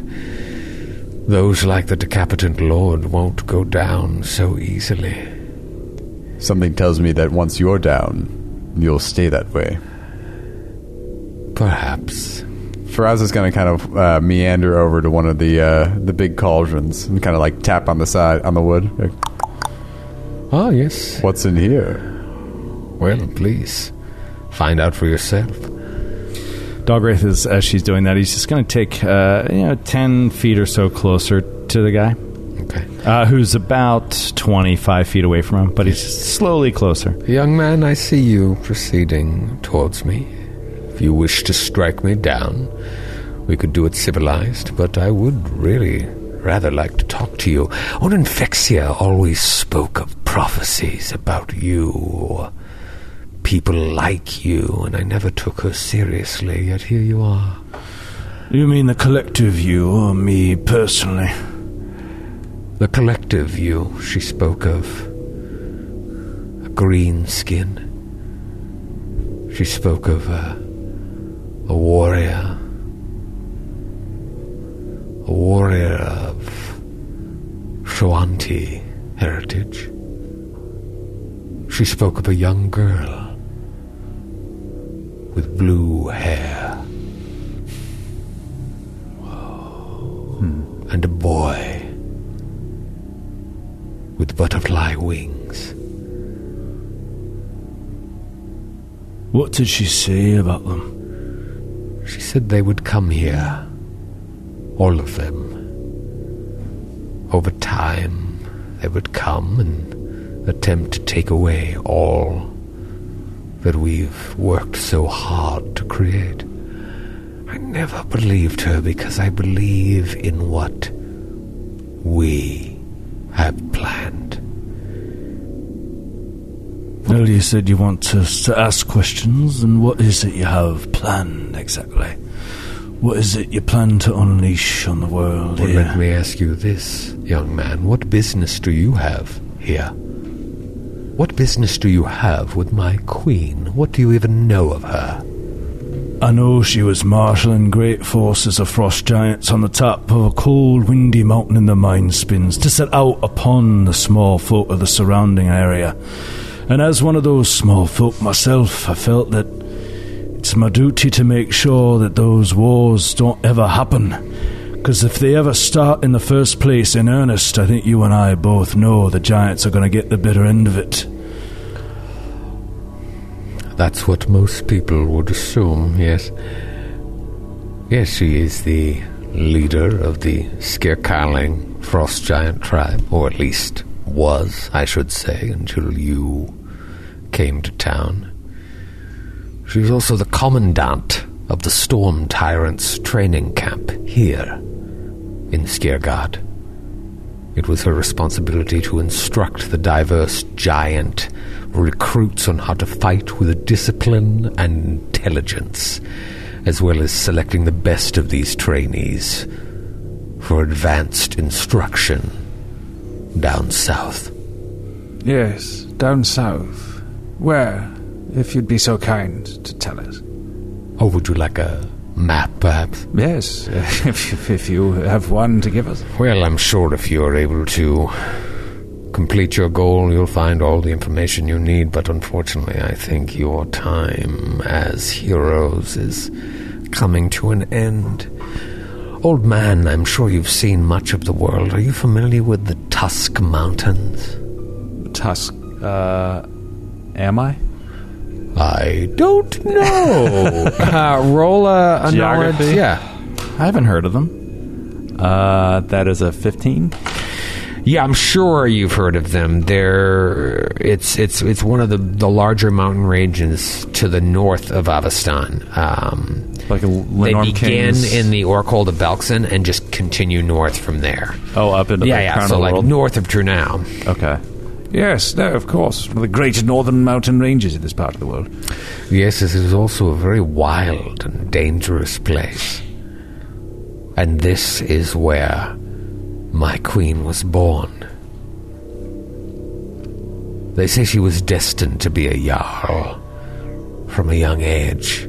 D: those like the decapitant lord won't go down so easily.
G: Something tells me that once you're down, you'll stay that way.
D: Perhaps.
G: Faraz is going to kind of uh, meander over to one of the uh, the big cauldrons and kind of like tap on the side on the wood. Like,
D: Ah, yes.
G: What's in here?
D: Well, please find out for yourself.
I: Dogwraith is as she's doing that. He's just going to take uh, you know ten feet or so closer to the guy,
D: Okay.
I: uh, who's about twenty five feet away from him, but he's slowly closer.
D: Young man, I see you proceeding towards me. If you wish to strike me down, we could do it civilized, but I would really rather like to talk to you. Ononfexia always spoke of prophecies about you or people like you, and I never took her seriously, yet here you are.
C: You mean the collective you or me personally?
D: The collective you she spoke of. A green skin. She spoke of uh, a warrior. A warrior of Shawanti heritage. She spoke of a young girl with blue hair. And a boy with butterfly wings.
C: What did she say about them?
D: She said they would come here, all of them. Over time, they would come and attempt to take away all that we've worked so hard to create. I never believed her because I believe in what we have planned.
C: Earlier you said you want us to ask questions, and what is it you have planned exactly? What is it you plan to unleash on the world
D: Well,
C: here?
D: let me ask you this, young man. What business do you have here? What business do you have with my queen? What do you even know of her?
C: I know she was marshalling great forces of frost giants on the top of a cold, windy mountain in the mind spins to set out upon the small folk of the surrounding area. And as one of those small folk myself, I felt that it's my duty to make sure that those wars don't ever happen. Because if they ever start in the first place in earnest, I think you and I both know the giants are going to get the bitter end of it.
D: That's what most people would assume, yes. Yes, she is the leader of the Skirkaling frost giant tribe, or at least was, I should say, until you came to town. She was also the commandant of the Storm Tyrants training camp here in Skirgard. It was her responsibility to instruct the diverse giant recruits on how to fight with discipline and intelligence, as well as selecting the best of these trainees for advanced instruction down south.
B: Yes, down south. Where, if you'd be so kind to tell us?
D: Or Oh, would you like a map, perhaps?
B: Yes, if, if- if you have one to give us.
D: Well, I'm sure if you're able to complete your goal, you'll find all the information you need, but unfortunately, I think your time as heroes is coming to an end. Old man, I'm sure you've seen much of the world. Are you familiar with the Tusk Mountains?
B: Tusk. Uh, am I?
D: I don't know.
L: Uh, roll a, a knowledge.
I: Geography?
L: Yeah.
I: I haven't heard of them.
B: Uh, that is a 15.
D: Yeah, I'm sure you've heard of them. They're it's it's it's one of the, the larger mountain ranges to the north of Avestan. Um,
E: Like a
D: they
E: Lenorm
D: begin
E: Kings.
D: in the Orkhold of Belkson and just continue north from there.
E: oh, up into
D: yeah,
E: the
D: yeah.
E: crown
D: So
E: of the
D: like
E: world.
D: north of Trunau.
E: okay.
B: Yes, no, of course. One of the great northern mountain ranges in this part of the world.
D: Yes, this is also a very wild and dangerous place. And this is where my queen was born. They say she was destined to be a Jarl from a young age.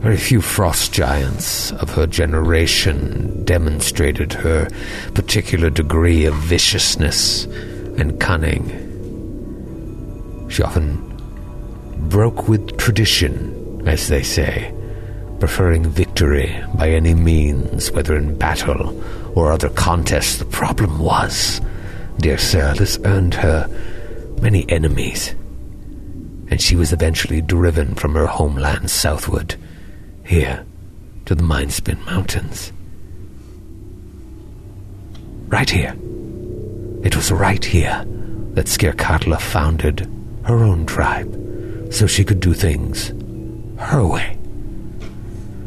D: Very few frost giants of her generation demonstrated her particular degree of viciousness and cunning. She often broke with tradition, as they say, preferring victory by any means, whether in battle or other contests. The problem was, dear sir, this earned her many enemies, and she was eventually driven from her homeland southward, here to the Mindspin Mountains. Right here. It was right here that Skirkatla founded her own tribe so she could do things her way.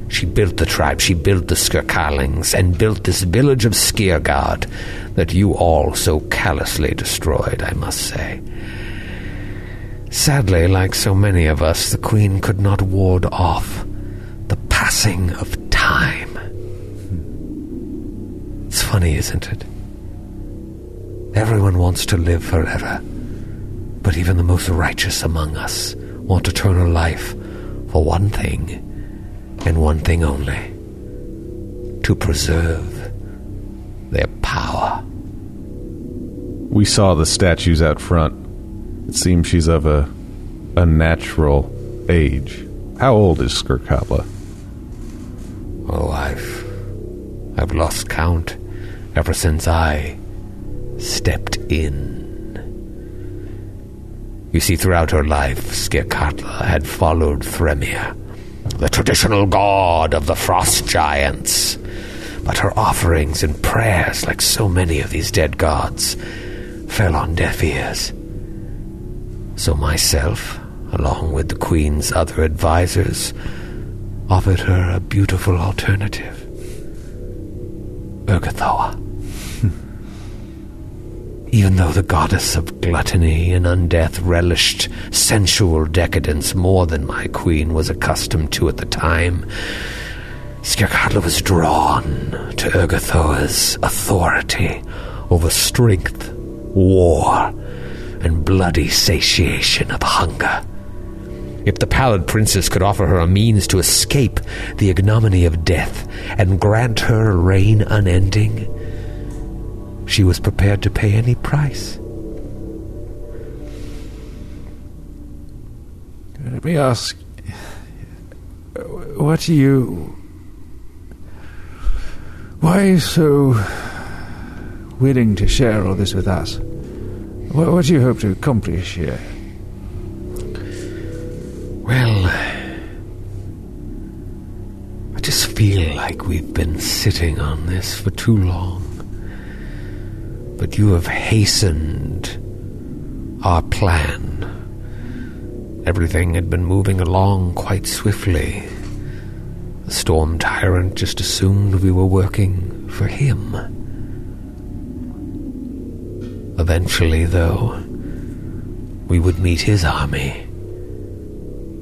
D: She built the tribe, she built the Skirkarlings, and built this village of Skirgard that you all so callously destroyed, I must say. Sadly, like so many of us, the Queen could not ward off the passing of time. It's funny, isn't it? Everyone wants to live forever. But even the most righteous among us want eternal life for one thing, and one thing only to preserve their power.
H: We saw the statues out front. It seems she's of a unnatural age. How old is Skirkatla?
D: Oh, I've. I've lost count ever since I stepped in. You see, throughout her life, Skirkatla had followed Thremir, the traditional god of the frost giants. But her offerings and prayers, like so many of these dead gods, fell on deaf ears. So myself, along with the queen's other advisors, offered her a beautiful alternative. Urgathoa. Even though the goddess of gluttony and undeath relished sensual decadence more than my queen was accustomed to at the time, Skirkadla was drawn to Urgathoa's authority over strength, war, and bloody satiation of hunger. If the pallid princess could offer her a means to escape the ignominy of death and grant her a reign unending, she was prepared to pay any price.
B: Let me ask, what do you. Why are you so willing to share all this with us? What, what do you hope to accomplish here?
D: Well, I just feel like we've been sitting on this for too long. But you have hastened our plan. Everything had been moving along quite swiftly. The storm tyrant just assumed we were working for him. Eventually, though, we would meet his army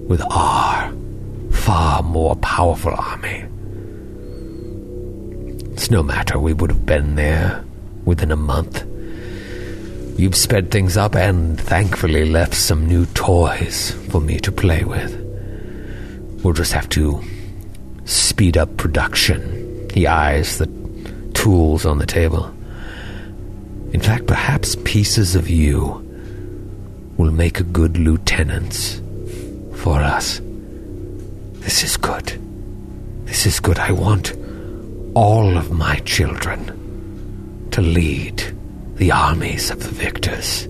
D: with our far more powerful army. It's no matter, we would have been there within a month. You've sped things up and thankfully left some new toys for me to play with. We'll just have to speed up production. He eyes the tools on the table. In fact, perhaps pieces of you will make a good lieutenants for us. This is good. This is good. I want all of my children to lead the armies of the victors.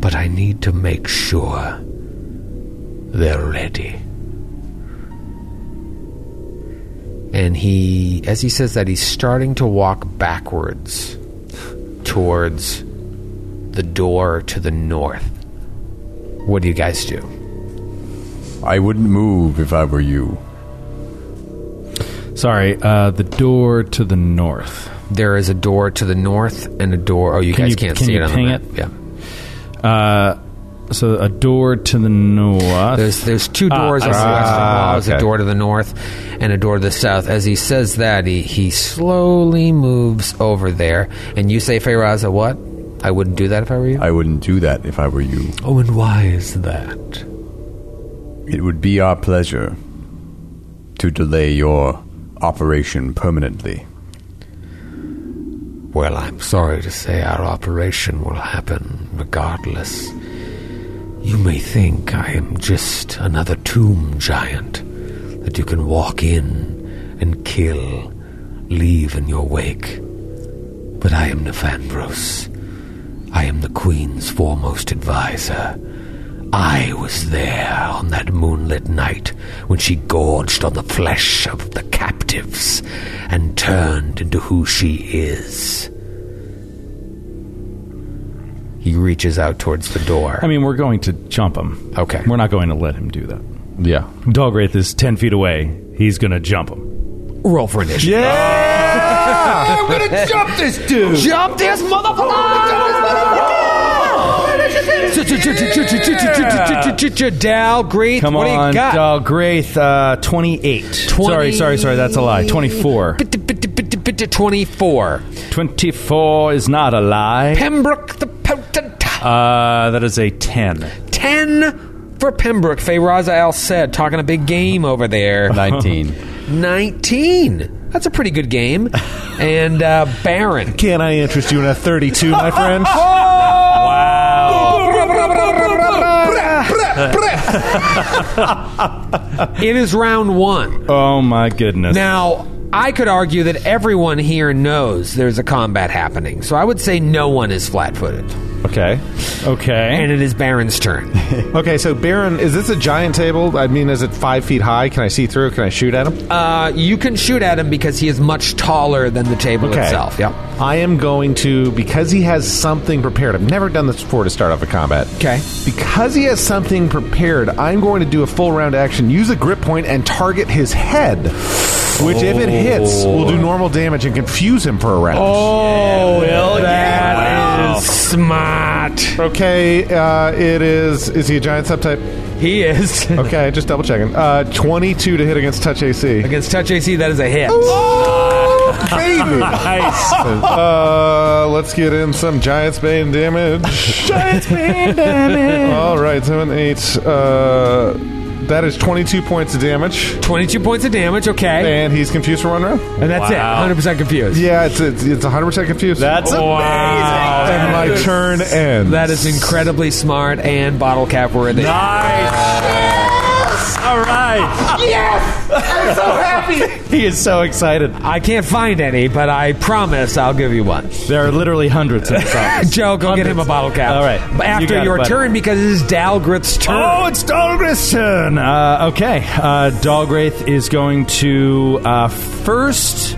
D: But I need to make sure they're ready. And he, as he says that, he's starting to walk backwards towards the door to the north. What do you guys do?
M: I wouldn't move if I were you.
I: Sorry, uh, the door to the north.
D: There is a door to the north and a door. Oh, you
I: Can
D: guys
I: you-
D: can't
I: can
D: see
I: you
D: it on
I: ping
D: the map.
I: it?
D: Yeah.
I: Uh, so a door to the north.
D: There's there's two
I: Ah,
D: doors
I: I
D: on the
I: see.
D: western wall. There's a
H: okay.
D: door to the north and a door to the south. As he says that, he, he slowly moves over there. And you say, Feyraza, what? I wouldn't do that if I were you.
M: I wouldn't do that if I were you.
D: oh, and why is that?
M: It would be our pleasure to delay your operation permanently.
D: Well, I'm sorry to say our operation will happen regardless. You may think I am just another tomb giant that you can walk in and kill, leave in your wake. But I am Nephandros. I am the Queen's foremost advisor. I was there on that moonlit night when she gorged on the flesh of the captives and turned into who she is. He reaches out towards the door.
I: I mean, we're going to jump him.
D: Okay.
I: We're not going to let him do that.
M: Yeah.
I: Dogwraith is 10 feet away. He's going to jump him.
D: roll for initiative.
I: Yeah!
D: I'm gonna jump this dude. Oh, Jump this motherfucker. Dal, great.
I: Come
D: what do
I: on,
D: you got?
I: Dogwraith, uh, 28. Sorry, sorry, sorry, that's a lie. 24.
D: 24.
I: 24 is not a lie.
D: Pembroke the Potent.
I: Uh, that is a 10.
D: 10 for Pembroke. Feyraza Al said, talking a big game over there.
M: 19.
D: 19. That's a pretty good game. And uh, Baron.
H: Can I interest you in a 32, my friend?
D: It is round one.
I: Oh, my goodness.
D: Now, I could argue that everyone here knows there's a combat happening, so I would say no one is flat footed.
I: okay. Okay.
D: And it is Baron's turn.
H: Okay, so Baron, is this a giant table? I mean, is it five feet high? Can I see through? it? Can I shoot at him?
D: Uh, you can shoot at him because he is much taller than the table
H: Okay.
D: itself. Yep.
H: I am going to because he has something prepared. I've never done this before to start off a combat.
D: Okay.
H: Because he has something prepared, I'm going to do a full round action, use a grip point, and target his head. Which, if it hits, will do normal damage and confuse him for a round.
I: Oh, well,
D: Smart.
H: Okay, uh, it is. Is he a giant subtype?
D: He is.
H: Okay, just double checking. Uh, 22 to hit against touch AC.
D: Against Touch AC, that is a hit.
H: Oh,
I: Nice.
H: Uh, let's get in some Giant's Bane damage. Giant's Bane damage! All right, 7, 8. Uh, that is 22 points of damage.
D: 22 points of damage, okay.
H: And he's confused for one round?
D: And that's it. 100% confused.
H: Yeah, it's, it's, it's 100% confused.
I: That's amazing.
H: And my turn ends.
D: That is incredibly smart and bottle cap worthy.
I: All right. He is so excited.
D: I can't find any, but I promise I'll give you one.
I: There are literally hundreds in this office.
D: Joe, go get him a bottle cap.
I: All right.
D: But
I: You
D: After
I: got it,
D: your
I: buddy.
D: turn, because it is Dalgrith's turn.
I: Oh, it's Dahlgraith's turn. Uh, okay, uh, Dahlgraith is going to uh, first.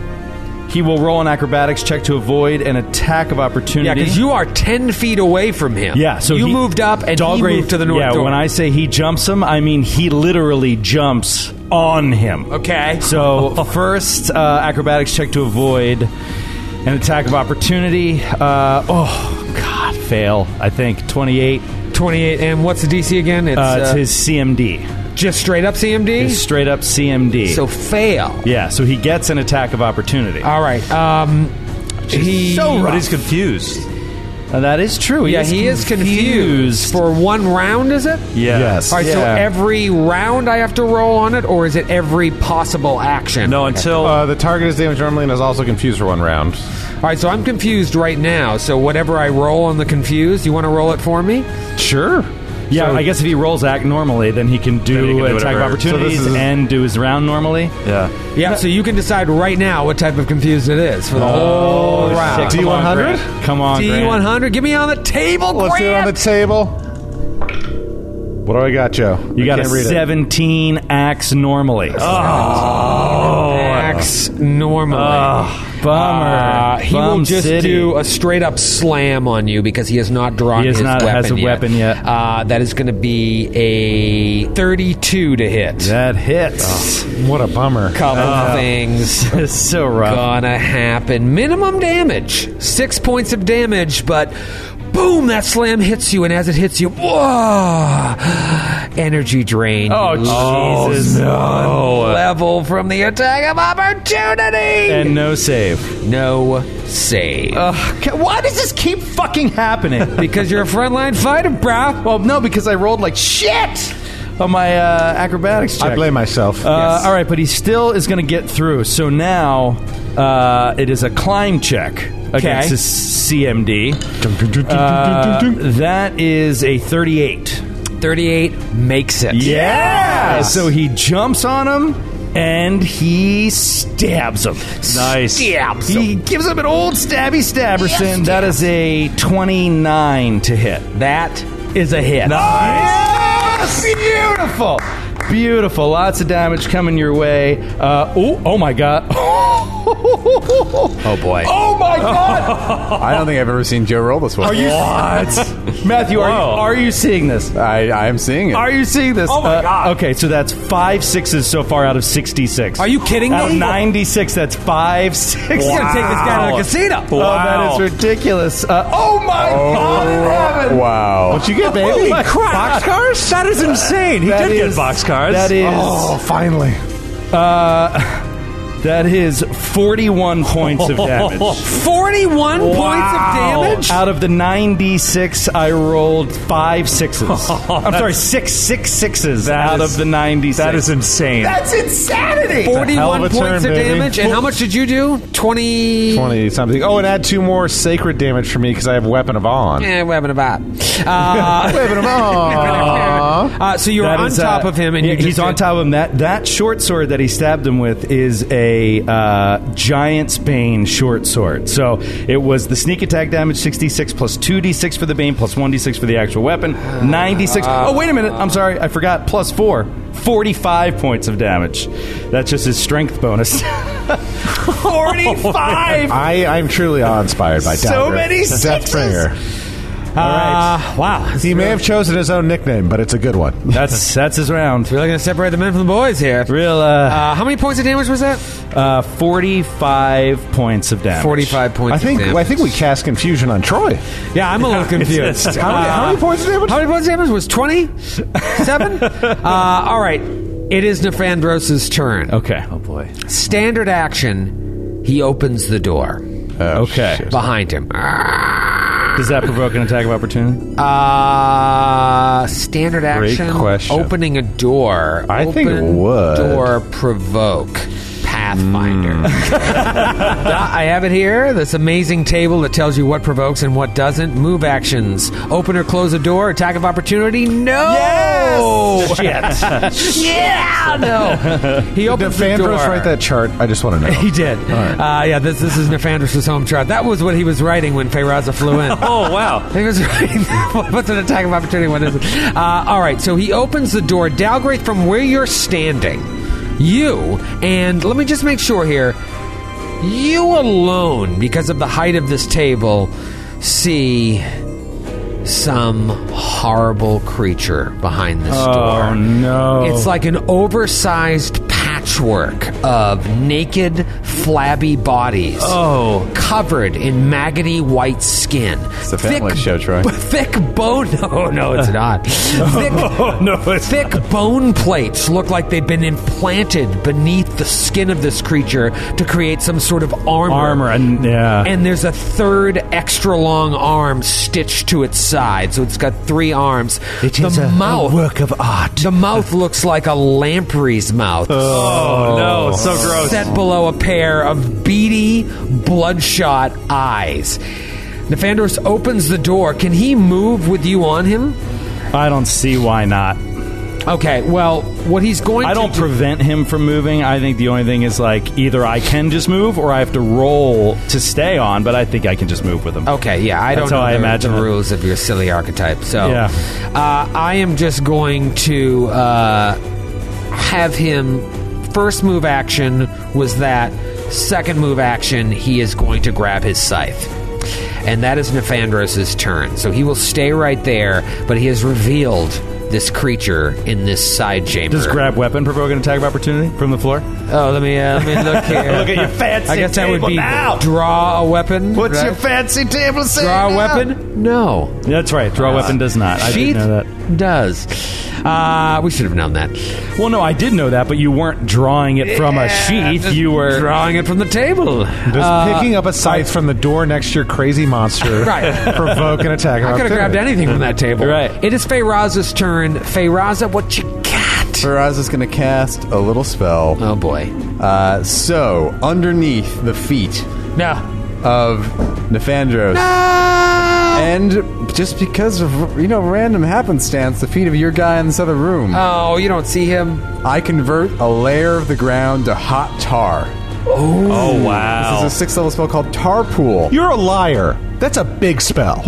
I: He will roll an acrobatics check to avoid an attack of opportunity.
D: yeah, because you are 10 feet away from him.
I: Yeah, so
D: you
I: he-
D: moved up and he
I: Dahlgraith-
D: moved to the north
I: Yeah,
D: door.
I: when I say he jumps him, I mean he literally jumps on him.
D: Okay.
I: So first uh, acrobatics check to avoid an attack of opportunity. Uh, oh God, fail. I think twenty-eight.
D: 28, and what's the DC again? It's,
I: Uh, it's
D: uh,
I: his CMD.
D: just straight up CMD?
I: His straight up CMD.
D: so fail.
I: Yeah, so he gets an attack of opportunity.
D: All right. Um, he,
I: But he's confused. Uh, that is true.
D: Yeah, he is confused. For one round, is it?
I: yeah.
H: Yes.
D: All right, so
I: Yeah.
D: every round I have to roll on it, or is it every possible action?
E: No, until
H: Uh, the target is damaged normally and is also confused for one round.
D: All right, so I'm confused right now. So whatever I roll on the confused, you want to roll it for me?
I: Sure. Yeah, I guess if he rolls act normally, then he can do
E: he can do
I: an attack of
E: whatever.
I: opportunities
H: So this is-
I: and do his round normally.
E: yeah,
D: Yeah. So you can decide right now what type of confused it is
I: Oh,
D: for the whole round.
I: Come on,
H: D100?
I: Grant. Come on, Grant.
D: D100, give me on the table,
H: Let's do it on the
D: Grant!
H: table. What do I got, Joe?
I: You
H: I
I: got a
H: can't read it.
D: Oh,
I: 17 acts normally.
D: Max six normally.
I: bummer.
D: Uh, he will
I: Ah, Bum
D: just
I: city.
D: do a straight up slam on you because he has not drawn
I: He has
D: his
I: not-
D: weapon
I: has a
D: yet.
I: weapon yet.
D: Uh, that is going to be a 32 to hit.
I: That hits.
H: Oh.
E: What a bummer.
D: Couple
I: Ah.
D: things
I: It's so rough.
D: gonna happen. Minimum damage, six points of damage, but boom, that slam hits you, and as it hits you, whoa, energy drain.
I: Oh,
D: You lose
I: Jesus. Oh,
D: one
I: No.
D: level from the attack of opportunity.
I: And no save.
D: no save.
I: why does this keep fucking happening?
D: because you're a frontline fighter, brah.
I: well, no, because I rolled like shit on my uh, acrobatics check.
H: I blame myself.
I: Uh, All right, but he still is going to get through. So now uh, it is a climb check against his CMD. Uh, that is a 38.
D: 38 makes it.
I: Yeah! So he jumps on him and he stabs him. Nice.
D: Stabs
I: He gives him an old stabby stabberson. That is a 29 to hit. That is a hit. Nice. Beautiful. Beautiful. Lots of damage coming your way. Uh, oh, oh my god. Oh
D: boy.
I: Oh my god.
G: I don't think I've ever seen Joe roll this one.
I: Are you what? Matthew, are you, are you seeing this?
G: I, I am seeing it.
I: Are you seeing this?
D: Oh my
I: Uh,
D: God.
I: Okay, so that's five sixes so far out of sixty-six.
D: Are you kidding
I: Out
D: me?
I: of ninety-six, that's five sixes.
D: He's gonna take this guy to the casino.
I: Oh, that is ridiculous! Uh, oh my God in heaven!
G: Wow. What you get,
I: Holy crap!
E: Boxcars? That is insane. He
I: That
E: did
I: is-
E: get boxcars.
I: That is
H: oh, finally.
I: uh, that is forty-one points of damage.
D: 41 points of damage?
I: Out of the ninety-six, I rolled five sixes. I'm sorry, six six sixes out
E: is-
I: of the ninety-six.
E: that is insane.
I: that's insanity.
H: hell of
D: 41
H: a
D: points
H: turn,
D: of
H: baby.
D: damage. And how much did you do? 20.
H: 20 something. Oh, and add two more sacred damage for me because I have Weapon of On.
D: Eh, we're having a vibe. Uh,
H: Weapon of On.
D: uh, so you're
I: That
D: on
I: is,
D: top
I: uh,
D: of him, and
I: yeah,
D: you just
I: he's on
D: did-
I: top of him. That that short sword that he stabbed him with is a uh, giant's bane short sword. So it was the sneak attack damage sixty six plus two d six for the bane plus one d six for the actual weapon ninety six.
D: Ah.
I: oh wait a minute, I'm sorry, I forgot. Plus four. 45 points of damage. That's just his strength bonus. 45!
H: I, I'm truly awe inspired by
I: So
H: Dagger.
I: many sixes.
H: Deathbringer.
D: Uh, wow.
H: He may have chosen his own nickname, but it's a good one.
I: that's that's his round.
D: We're going to separate the men from the boys here.
I: Real uh,
D: Uh, how many points of damage was that?
I: uh, 45 points of damage.
D: 45 points
H: I think
D: of damage.
H: I think we cast confusion on Troy.
D: yeah, I'm a little confused.
H: How many, how many points of damage?
D: Uh, How many points of damage was 27? uh, all right. It is Nefandros' turn.
I: Okay.
D: Standard action, he opens the door
I: okay.
D: behind him.
I: Does that provoke an attack of opportunity?
D: Uh, standard action.
H: question.
D: Opening a door.
H: I think it
D: Open
H: would. Hmm.
D: Door provoke. Pathfinder. I have it here. This amazing table that tells you what provokes and what doesn't. Move actions. Open or close a door. Attack of opportunity. No. Shit. yeah. No. He
H: Did
D: opens the door.
H: Fandros write that chart? I just want to know.
D: He did. Uh, yeah, this this is Nefandris' home chart. That was what he was writing when Feyraza flew in.
E: Oh, wow.
D: He was right. What's an attack of opportunity? What is it? Uh, all right. So he opens the door. Dalgraith, from where you're standing, you and let me just make sure here. You alone, because of the height of this table, see some horrible creature behind this
E: Oh,
D: door.
I: no.
D: It's like an oversized patchwork of naked, flabby bodies. Oh. Covered in maggoty white skin. It's
G: a family show, Troy.
D: Thick bone. Oh, no, it's not. thick, Oh, no, thick bone plates look like they've been implanted beneath the skin of this creature to create some sort of armor.
I: armor and yeah.
D: And there's a third extra long arm stitched to its side, so it's got three arms. It is the mouth, work of art. The mouth looks like a lamprey's mouth.
E: Oh, no. So gross.
D: Set below a pair of beady, bloodshot eyes. Nefandros opens the door. Can he move with you on him?
I: I don't see why not.
D: Okay, well, what he's going
I: I
D: to
I: don't
D: do-
I: prevent him from moving. I think the only thing is like either I can just move or I have to roll to stay on, but I think I can just move with him.
D: Okay, yeah, I
I: That's
D: don't know
I: how I
D: the,
I: imagine
D: the
I: it.
D: rules of your silly archetype. So,
I: Yeah.
D: uh, I am just going to uh, have him first move action was that. Second move action, he is going to grab his scythe. And that is Nefandros' turn. So he will stay right there, but he has revealed this creature in this side chamber.
I: Does grab weapon provoke an attack of opportunity from the floor?
D: Oh, let me uh, let me look here.
I: Look at your fancy
D: I guess that would
I: table
D: be
I: now.
D: draw a weapon.
I: What's
D: right?
I: your
M: Fancy table saying
D: draw a
M: now.
D: weapon? No,
I: That's right. Draw weapon does not. I
D: sheath
I: didn't know that.
D: does. Uh, we should have known that.
I: Well, no, I did know that, but you weren't drawing it from a sheath. You were
D: drawing it from the table. Uh,
H: Does picking up a scythe from the door next to your crazy monster
D: Right.
H: provoke an attack? of
D: I could have
H: opportunity?
D: grabbed anything from that table.
I: Right.
D: It is Feyraza's turn. Feyraza, what you got?
G: Faraz is going to cast a little spell.
D: Oh boy.
G: Uh, so, underneath the feet
D: No.
G: of Nefandros. And just because of, you know, random happenstance, the feet of your guy in this other room,
D: Oh, you don't see him.
G: I convert a layer of the ground to hot tar.
E: Oh
G: This
E: wow!
G: is a sixth level spell called Tar Pool.
H: You're a liar. That's a big spell.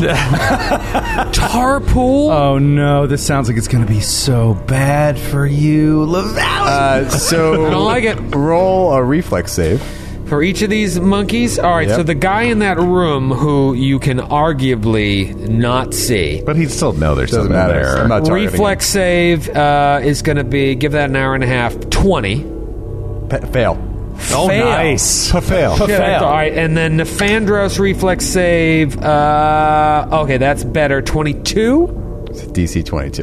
D: Tarpool.
I: Oh no! This sounds like it's going to be so bad for you.
G: Uh, so
D: I don't like it.
G: Roll a reflex save.
D: For each of these monkeys? All right,
G: Yep.
D: so the guy in that room who you can arguably not see.
H: But he'd still know there's
G: Doesn't
H: something
G: matter. I'm
H: there.
G: not targeting
D: Reflex save uh, is going to be, give that an hour and a half, 20.
G: him. Pa- fail.
D: Oh,
I: Nice.
H: Fail.
D: Yeah, that's
I: fail.
D: all right, and then Nefandros reflex save. Uh, okay, that's better. 22?
G: DC 22. Oh,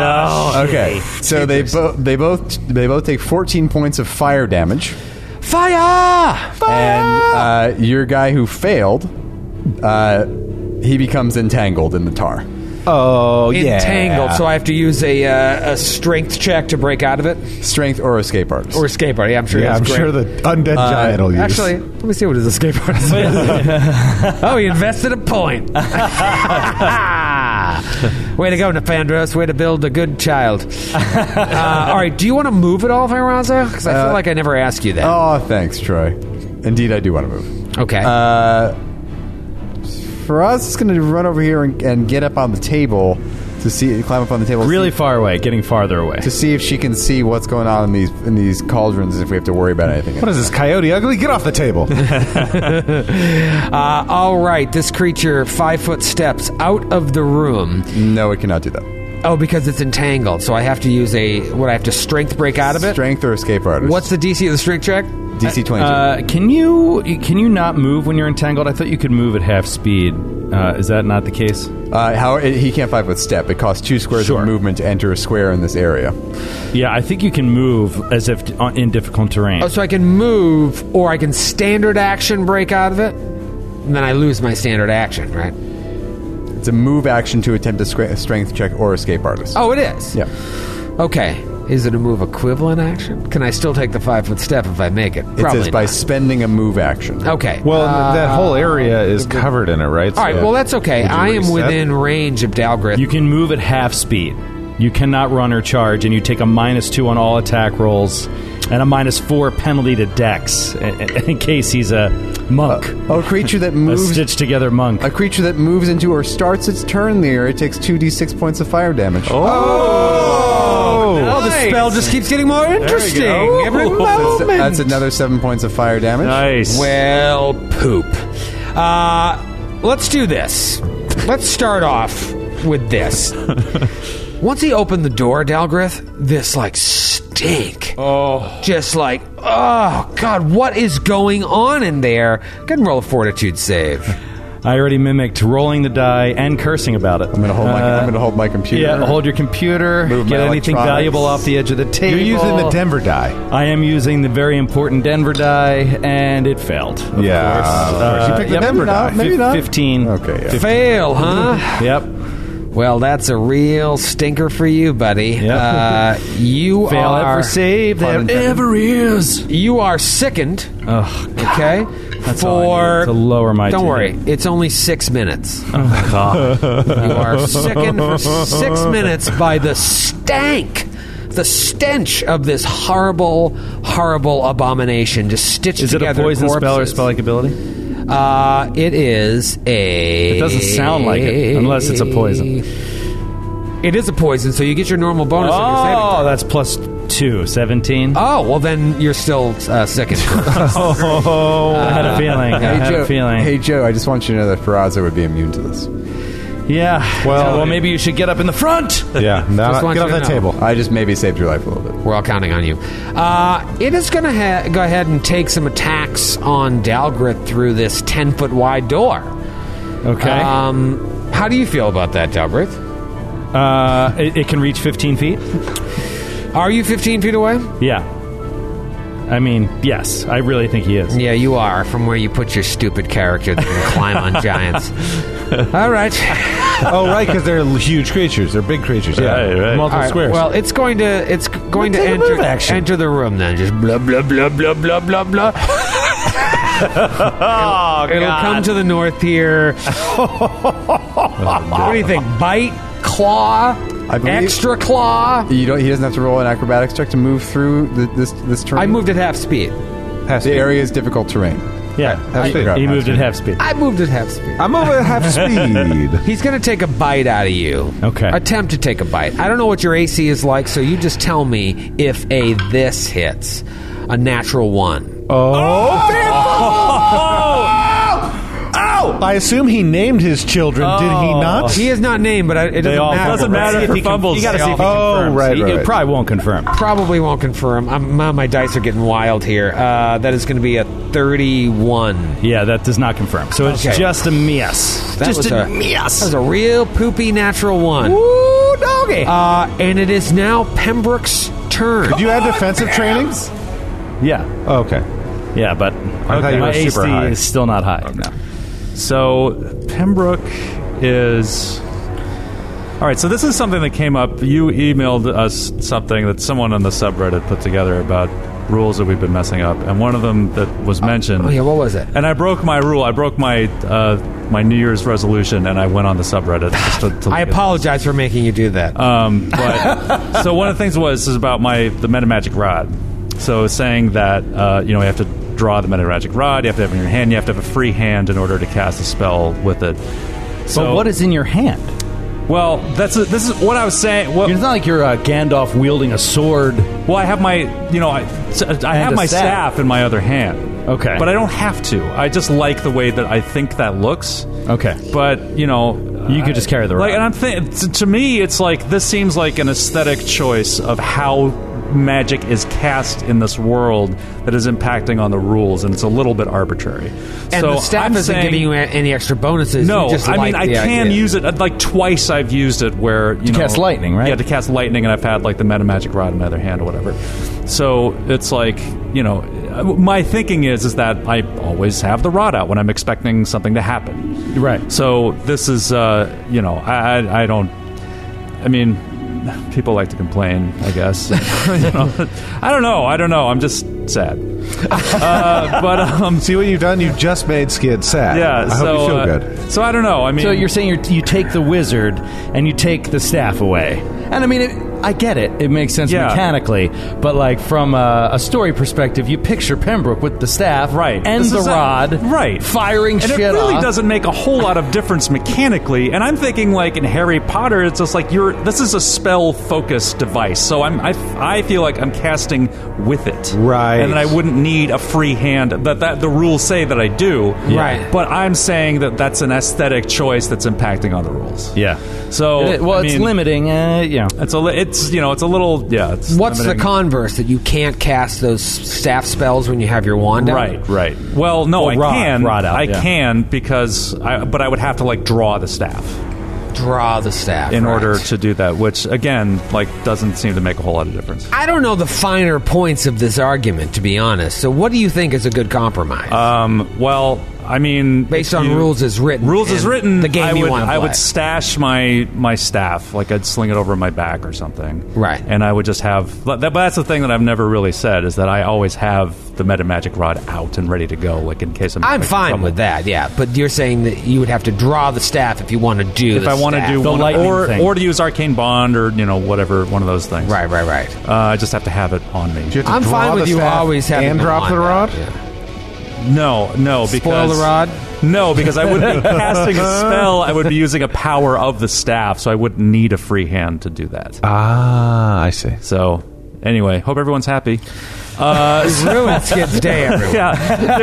G: no. Okay. So they both they both they both take 14 points of fire damage.
D: Fire!
G: And uh, your guy who failed, uh, he becomes entangled in the tar.
H: Oh yeah.
D: Entangled, so I have to use a, uh, a strength check to break out of it.
G: Strength or escape Uh, artist.
D: Or escape party, I'm sure
H: yeah, I'm
D: that's great.
H: sure the undead giant will use.
D: Actually, let me see what his escape artist is. oh, he invested a point. Way to go, Nefandros. Way to build a good child. Uh, all right, do you want to move at all, Viraza? Because I
H: Uh,
D: feel like I never asked you that.
G: Oh, thanks, Troy. Indeed, I do want to move.
H: oh,
D: okay.
H: uh,
G: Faraz is going to run over here and, and get up on the table to see, climb up on the table, to
I: Really
G: see,
I: far away, getting farther away.
G: to see if she can see what's going on in these in these cauldrons, and if we have to worry about anything.
H: what is this, Coyote Ugly? Get off the table.
D: uh, all right, this creature, five foot steps out of the room.
G: No, it cannot do that.
D: Oh, because it's entangled, so I have to use a. What, I have to strength break out of it?
G: Strength or escape artist.
D: What's the DC of the strength check?
G: DC twenty two?
I: Uh, can you can you not move when you're entangled? I thought you could move at half speed. Uh, is that not the case?
G: Uh, how it, he can't five foot step. It costs two squares
I: Sure.
G: of movement to enter a square in this area.
I: Yeah, I think you can move as if t- on- in difficult terrain.
D: Oh, so I can move, or I can standard action break out of it, and then I lose my standard action, right?
G: It's a move action to attempt a scra- strength check or escape artist.
D: Oh, it is.
G: Yeah.
D: Okay. Is it a move equivalent action? Can I still take the five foot step if I make it?
G: It
D: Probably
G: says by
D: not. Oh,
G: spending a move action.
D: Okay.
H: well, that whole area is covered in it, right?
D: all right. Well, that's okay. I am within range of Dalgrith.
I: You can move at half speed. You cannot run or charge, and you take a minus two on all attack rolls and a minus four penalty to dex in, in case he's a monk,
G: Oh, a creature that
I: a
G: moves.
I: stitched together monk.
G: A creature that moves into or starts its turn in the area takes 2d6 points of fire damage.
D: oh, the spell just keeps getting more interesting every
G: That's,
D: moment.
G: that's another 7 points of fire damage.
I: Nice.
D: Well, poop. Uh, let's do this. Let's start off with this. Once he opened the door, Dalgrith, this like stink. Oh. Just like, oh, God, what is going on in there? Go ahead and roll a fortitude save.
I: I already mimicked rolling the die and cursing about it. Uh,
G: I'm going to hold my I'm going to hold my computer.
I: Yeah, hold your computer.
G: Move
I: get
G: my
I: anything
G: electronics.
I: valuable off the edge of the table.
H: You're using the Denver die.
I: I am using the very important Denver die, and it failed. of
H: Yeah,
I: course.
H: of
G: Uh,
H: course. You picked the Denver
I: maybe not,
H: die.
I: Maybe
H: Fif-
I: not. Fifteen.
G: Okay, yeah.
D: Fail, huh?
I: Yep.
D: Well, that's a real stinker for you, buddy. Uh, you
I: Fail
D: are
I: ever save that ever is.
D: you are sickened.
I: Ugh.
D: Okay.
I: all I
D: for
I: need to lower my
D: Don't
I: team. Oh,
D: worry, it's only six minutes.
I: God.
D: You are sickened for six minutes by the stank, the stench of this horrible, horrible abomination. Just stitched
I: Is it
D: together.
I: a poison spell or
D: corpses.
I: spell-like ability?
D: Uh, it is a.
I: It doesn't sound like it, unless it's a poison.
D: It is a poison, so you get your normal bonus. on your saving
I: Oh,
D: throw.
I: that's plus Two, 17.
D: Oh, well, then you're still uh, sickened.
I: Oh, I had a feeling. I
G: Hey
I: had
G: Joe,
I: a feeling.
G: hey Joe, I just want you to know that Ferrazza would be immune to this.
I: Yeah. Well, well, maybe you should get up in the front.
H: Yeah, now,
D: want
H: get
D: you
H: off
D: to
H: that
D: know.
H: table.
G: I just maybe saved your life a little bit.
D: We're all counting on you. Uh, it is going to ha- go ahead and take some attacks on Dalgrith through this 10 foot wide door.
I: Okay.
D: Um, how do you feel about that, Dalgrith?
I: Uh, it, it can reach 15 feet.
D: Are you 15 feet away?
I: Yeah. I mean, yes. I really think he is.
D: Yeah, you are, from where you put your stupid character that can climb on giants. All right.
H: oh, right, because they're huge creatures. They're big creatures. Yeah,
I: Right, right.
H: multiple
D: All right,
H: squares.
D: Well, it's going to it's going to
H: take a
D: enter
H: move action.
D: enter the room then. Just blah blah blah blah blah blah blah. it'll, it'll come to the north here. what do you think? Bite, claw,
G: I believe-
D: extra claw.
G: You don't. He doesn't have to roll an acrobatics check to move through the, this this terrain.
D: I moved at half speed.
G: The area is difficult terrain.
I: Yeah.
G: Half speed.
I: He moved at half speed.
D: I moved at half speed.
H: I'm over at half speed.
D: He's going to take a bite out of you.
I: Okay.
D: Attempt to take a bite. I don't know what your AC is like, so you just tell me if a this hits, a natural one.
H: I assume he named his children, did he not?
D: He is not named, but I, it doesn't
I: all-
D: matter.
I: Oh. doesn't
D: right?
I: matter if he fumbles. You gotta see if he
H: oh,
I: confirms.
H: right,
I: He-
H: right.
I: It probably won't confirm.
D: Probably won't confirm. I'm, my, my dice are getting wild here. Uh, that is going to be a 31.
I: Yeah, that does not confirm. So it's
D: Okay.
I: just a mias.
D: That
I: just
D: was
I: a,
D: a- That
I: mias.
D: was a real poopy natural one.
I: Ooh, doggy.
D: Uh, and it is now Pembroke's turn.
H: Do you have defensive trainings?
I: yeah.
H: Oh, okay.
I: Yeah, but
H: thought you
I: my
H: were
I: AC
H: super high.
I: is still not high.
E: So Pembroke is. All right, so this is something that came up. You emailed us something that someone on the subreddit put together about rules that we've been messing up, and one of them that was mentioned.
D: oh, yeah, what was it?
E: And I broke my rule. I broke my uh, my New Year's resolution, and I went on the subreddit. Just to, to
D: I
E: look at-
D: apologize for making you do that.
E: um, but so one of the things was is about my the metamagic rod. So saying that uh, you know you have to draw the metamagic rod, you have to have it in your hand, you have to have a free hand in order to cast a spell with it. So
I: But what is in your hand?
E: Well, that's a, this is what I was saying. What,
I: It's not like you're uh, Gandalf wielding a sword.
E: well, I have my you know I, I have
I: a
E: my
I: staff.
E: staff. in my other hand.
I: Okay.
E: but I don't have to. I just like the way that I think that looks.
I: Okay.
E: But you know,
I: You could just carry the
E: Like,
I: rod.
E: and I'm think t- to me, it's like this seems like an aesthetic choice of how magic is cast in this world that is impacting on the rules, and it's a little bit arbitrary.
D: and
E: so
D: the staff
E: I'm
D: isn't
E: saying,
D: giving you a- any extra bonuses.
E: no,
D: You just
E: I
D: like
E: mean I
D: the
E: can
D: idea.
E: use it. uh, Like twice, I've used it where you to know,
I: cast lightning, right?
E: Yeah, to cast lightning, and I've had like the meta magic rod in my other hand or whatever. So it's like you know, uh, my thinking is is that I always have the rod out when I'm expecting something to happen.
I: Right.
E: So this is uh, you know I I, I don't I mean. People like to complain, I guess. You know, I don't know. I don't know. I'm just sad. Uh, but um,
H: See what you've done? You've just made Skid sad.
E: yeah.
H: I
E: so
H: hope you feel
E: uh,
H: good.
E: So I don't know. I mean,
I: So you're saying you're, you take the wizard and you take the staff away. And I mean, it, I get it. It makes sense
E: Yeah.
I: mechanically. But like from a, a story perspective, you picture Pembroke with the staff
E: Right.
I: and
E: This
I: the
E: is a-
I: rod
E: right.
I: firing
E: and
I: shit
E: it really
I: off.
E: doesn't make a whole lot of difference mechanically. And I'm thinking, like in Harry Potter, it's just like you're. This is a spell focused device, so I'm. I, I feel like I'm casting with it,
H: Right.
E: And that I wouldn't need a free hand. That that the rules say that I do,
D: Right.
E: But I'm saying that that's an aesthetic choice that's impacting on the rules.
I: Yeah.
E: So
I: It- well,
E: I
I: it's
E: mean,
I: limiting. Uh, you know.
E: It's a. li- It's you know. It's a little. Yeah. It's
D: What's the
E: limiting.
D: converse that you can't cast those staff spells when you have your wand out?
E: Right, right. Well, no,
I: Or
E: I
I: rod-
E: can.
I: rod out,
E: I
I: yeah.
E: can because, I, but I would have to like draw the staff
D: Draw the staff
E: in
D: right.
E: order to do that, which again, like, doesn't seem to make a whole lot of difference.
D: I don't know the finer points of this argument, to be honest. So, what do you think is a good compromise?
E: Um, well, I mean,
D: Based
E: if
D: on rules as written
E: rules as
D: and
E: written,
D: the game
E: I
D: you
E: would,
D: wanna
E: I
D: play.
E: would stash my my staff, like I'd sling it over my back or something,
D: Right.
E: And I would just have. But that- but that's the thing that I've never really said is that I always have the meta magic rod out and ready to go, like in case I'm.
D: I'm
E: having
D: fine
E: trouble.
D: with that, yeah. But you're saying that you would have to draw the staff if you want to do.
E: If I want to do
I: The
E: one,
I: lightning
E: or
I: thing.
E: or to use arcane bond or you know whatever one of those things,
D: right, right, right.
E: Uh, I just have to have it on me.
H: Do you have to
D: I'm
H: draw
D: fine with
H: the
D: you
H: staff
D: always having
H: and
D: them
H: drop the
D: lined
H: rod.
D: up, yeah.
E: No, no, because uh,
D: Spoil the rod?
E: No, because I would be casting a spell. I would be using a power of the staff, so I wouldn't need a free hand to do that.
H: Ah, I see.
E: So, Anyway, hope everyone's happy. Uh,
D: Ruined Skid's day, everyone.
E: yeah,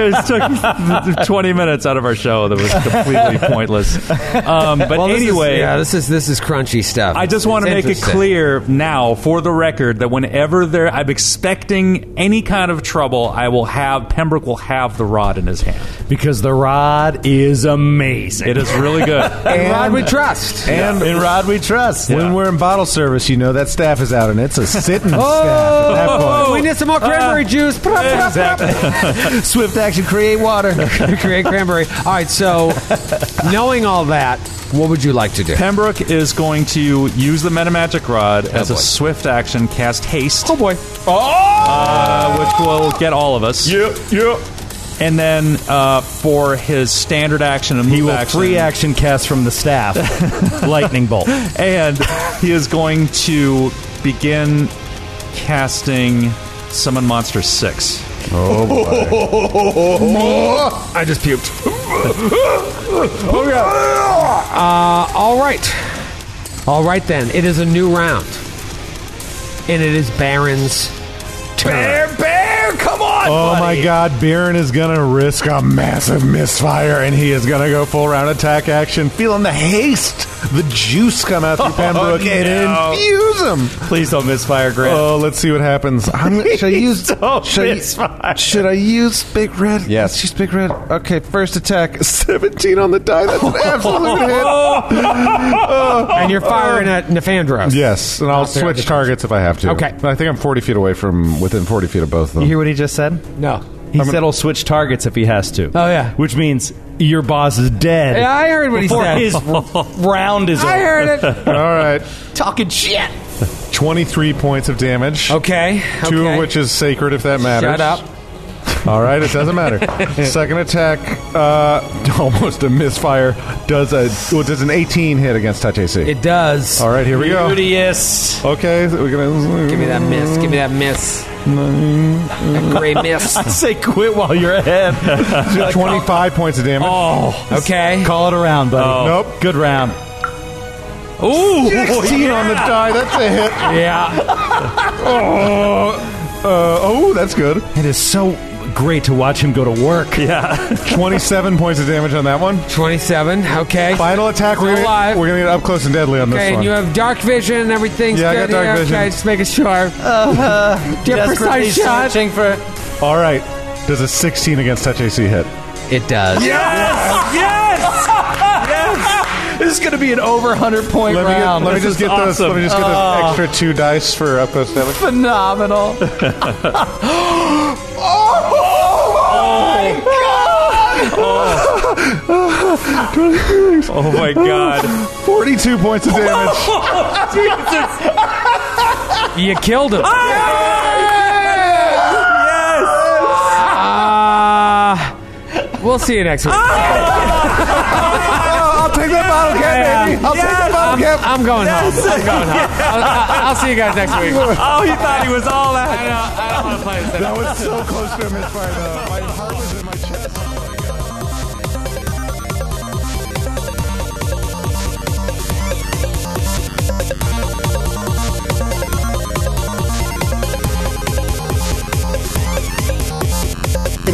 E: it took 20 minutes out of our show that was completely pointless. Um, but
D: Well, this is-
E: anyway,
D: yeah, this is this is crunchy stuff.
E: I just want to
D: It's
E: make it
D: interesting.
E: clear now, for the record, that whenever there, I'm expecting any kind of trouble, I will have Pembroke will have the rod in his hand.
I: Because the rod is amazing.
E: It is really good.
D: God we trust.
H: And in Rod we trust. When we're in bottle service, you know that staff is out, and it's a sitting staff at that point.
G: Oh!
E: oh,
D: we need some more
E: uh,
D: cranberry juice.
H: Swift action, create water.
D: Create cranberry. All right, so knowing all that, what would you like to do?
E: Pembroke is going to use the metamagic rod as a
D: boy.
E: swift action, cast haste. Oh boy! Uh, which will get all of us.
H: Yep, yep.
E: And then uh, for his standard action and move
I: He will
E: action,
I: free action cast from the staff. Lightning bolt.
E: and he is going to begin casting summon monster six.
D: I just puked. Uh, all right. All right, then. It is a new round. And it is Baron's turn.
H: Oh my God, Baron is gonna risk a massive misfire, and he is gonna go full round attack action, feeling the haste, the juice come out through Pembroke
E: no.
H: and infuse him.
E: Please don't misfire, Grant.
H: Oh, let's see what happens. I'm, should I use?
I: Oh,
E: don't
H: should, I,
E: misfire.
H: should I use Big Red?
M: Yes.
H: Let's use Big Red. Uh, Okay, first attack, seventeen on the die. That's an absolute hit.
D: And you're firing at Nefandros.
H: Yes, and I'll
D: Not there.
H: switch targets if I have to.
D: Okay.
H: I think I'm 40 feet away from within 40 feet of both of them.
I: You hear what he just said?
D: No.
I: He said he'll switch targets if he has to.
D: Oh, yeah.
I: Which means your boss is dead.
D: Yeah, I heard what he
I: before
D: said.
I: his r- round is
D: I
I: over.
D: heard it.
H: All right,
I: Talking shit.
H: 23 points of damage.
D: Okay.
H: Two
D: okay.
H: of which is sacred, if that matters.
D: Shut up.
H: All right, it doesn't matter. Second attack, uh, almost a misfire. Does a well, does an 18 hit against touch AC?
D: It does.
H: All right, here we go.
I: Beauteous.
H: Okay, so we're gonna
D: Give me that miss. Give me that miss. That gray miss.
I: Say quit while you're ahead.
H: 25 points of damage.
I: oh.
D: Okay.
I: Call it a round, buddy.
H: Oh. Nope.
I: Good round.
H: 16 on the die. That's a hit.
I: Yeah.
H: Oh, uh, oh, that's good.
I: it is so great to watch him go to work. Yeah.
H: 27 points of damage on that one.
D: 27. Okay.
H: Final attack. We're
D: Still alive.
H: gonna, we're gonna get up close and deadly on
D: Okay,
H: this
D: and
H: one.
D: you have dark vision and everything's
H: Yeah, I
D: good.
H: got dark
D: here.
H: vision.
D: Okay, just making sure. Do you have precise shot?
H: All right. Does a 16 against touch AC hit?
D: It does.
I: This is going to be an over 100 point
H: Let me, get, let me just get those. Let me just get
D: Oh.
H: those extra two dice for up close damage.
I: phenomenal.
E: Oh my god.
H: 42 points of damage.
D: You killed him. Ah! we'll see you next week.
H: Ah, I'll take that bottle cap, baby. I'll take that bottle cap.
D: I'm going home. I'm going home. I'll, I'll- I'll see you guys next week.
E: Oh, he thought he was all that.
H: That was so close to a misfire, though. My heart was in my chest.
N: The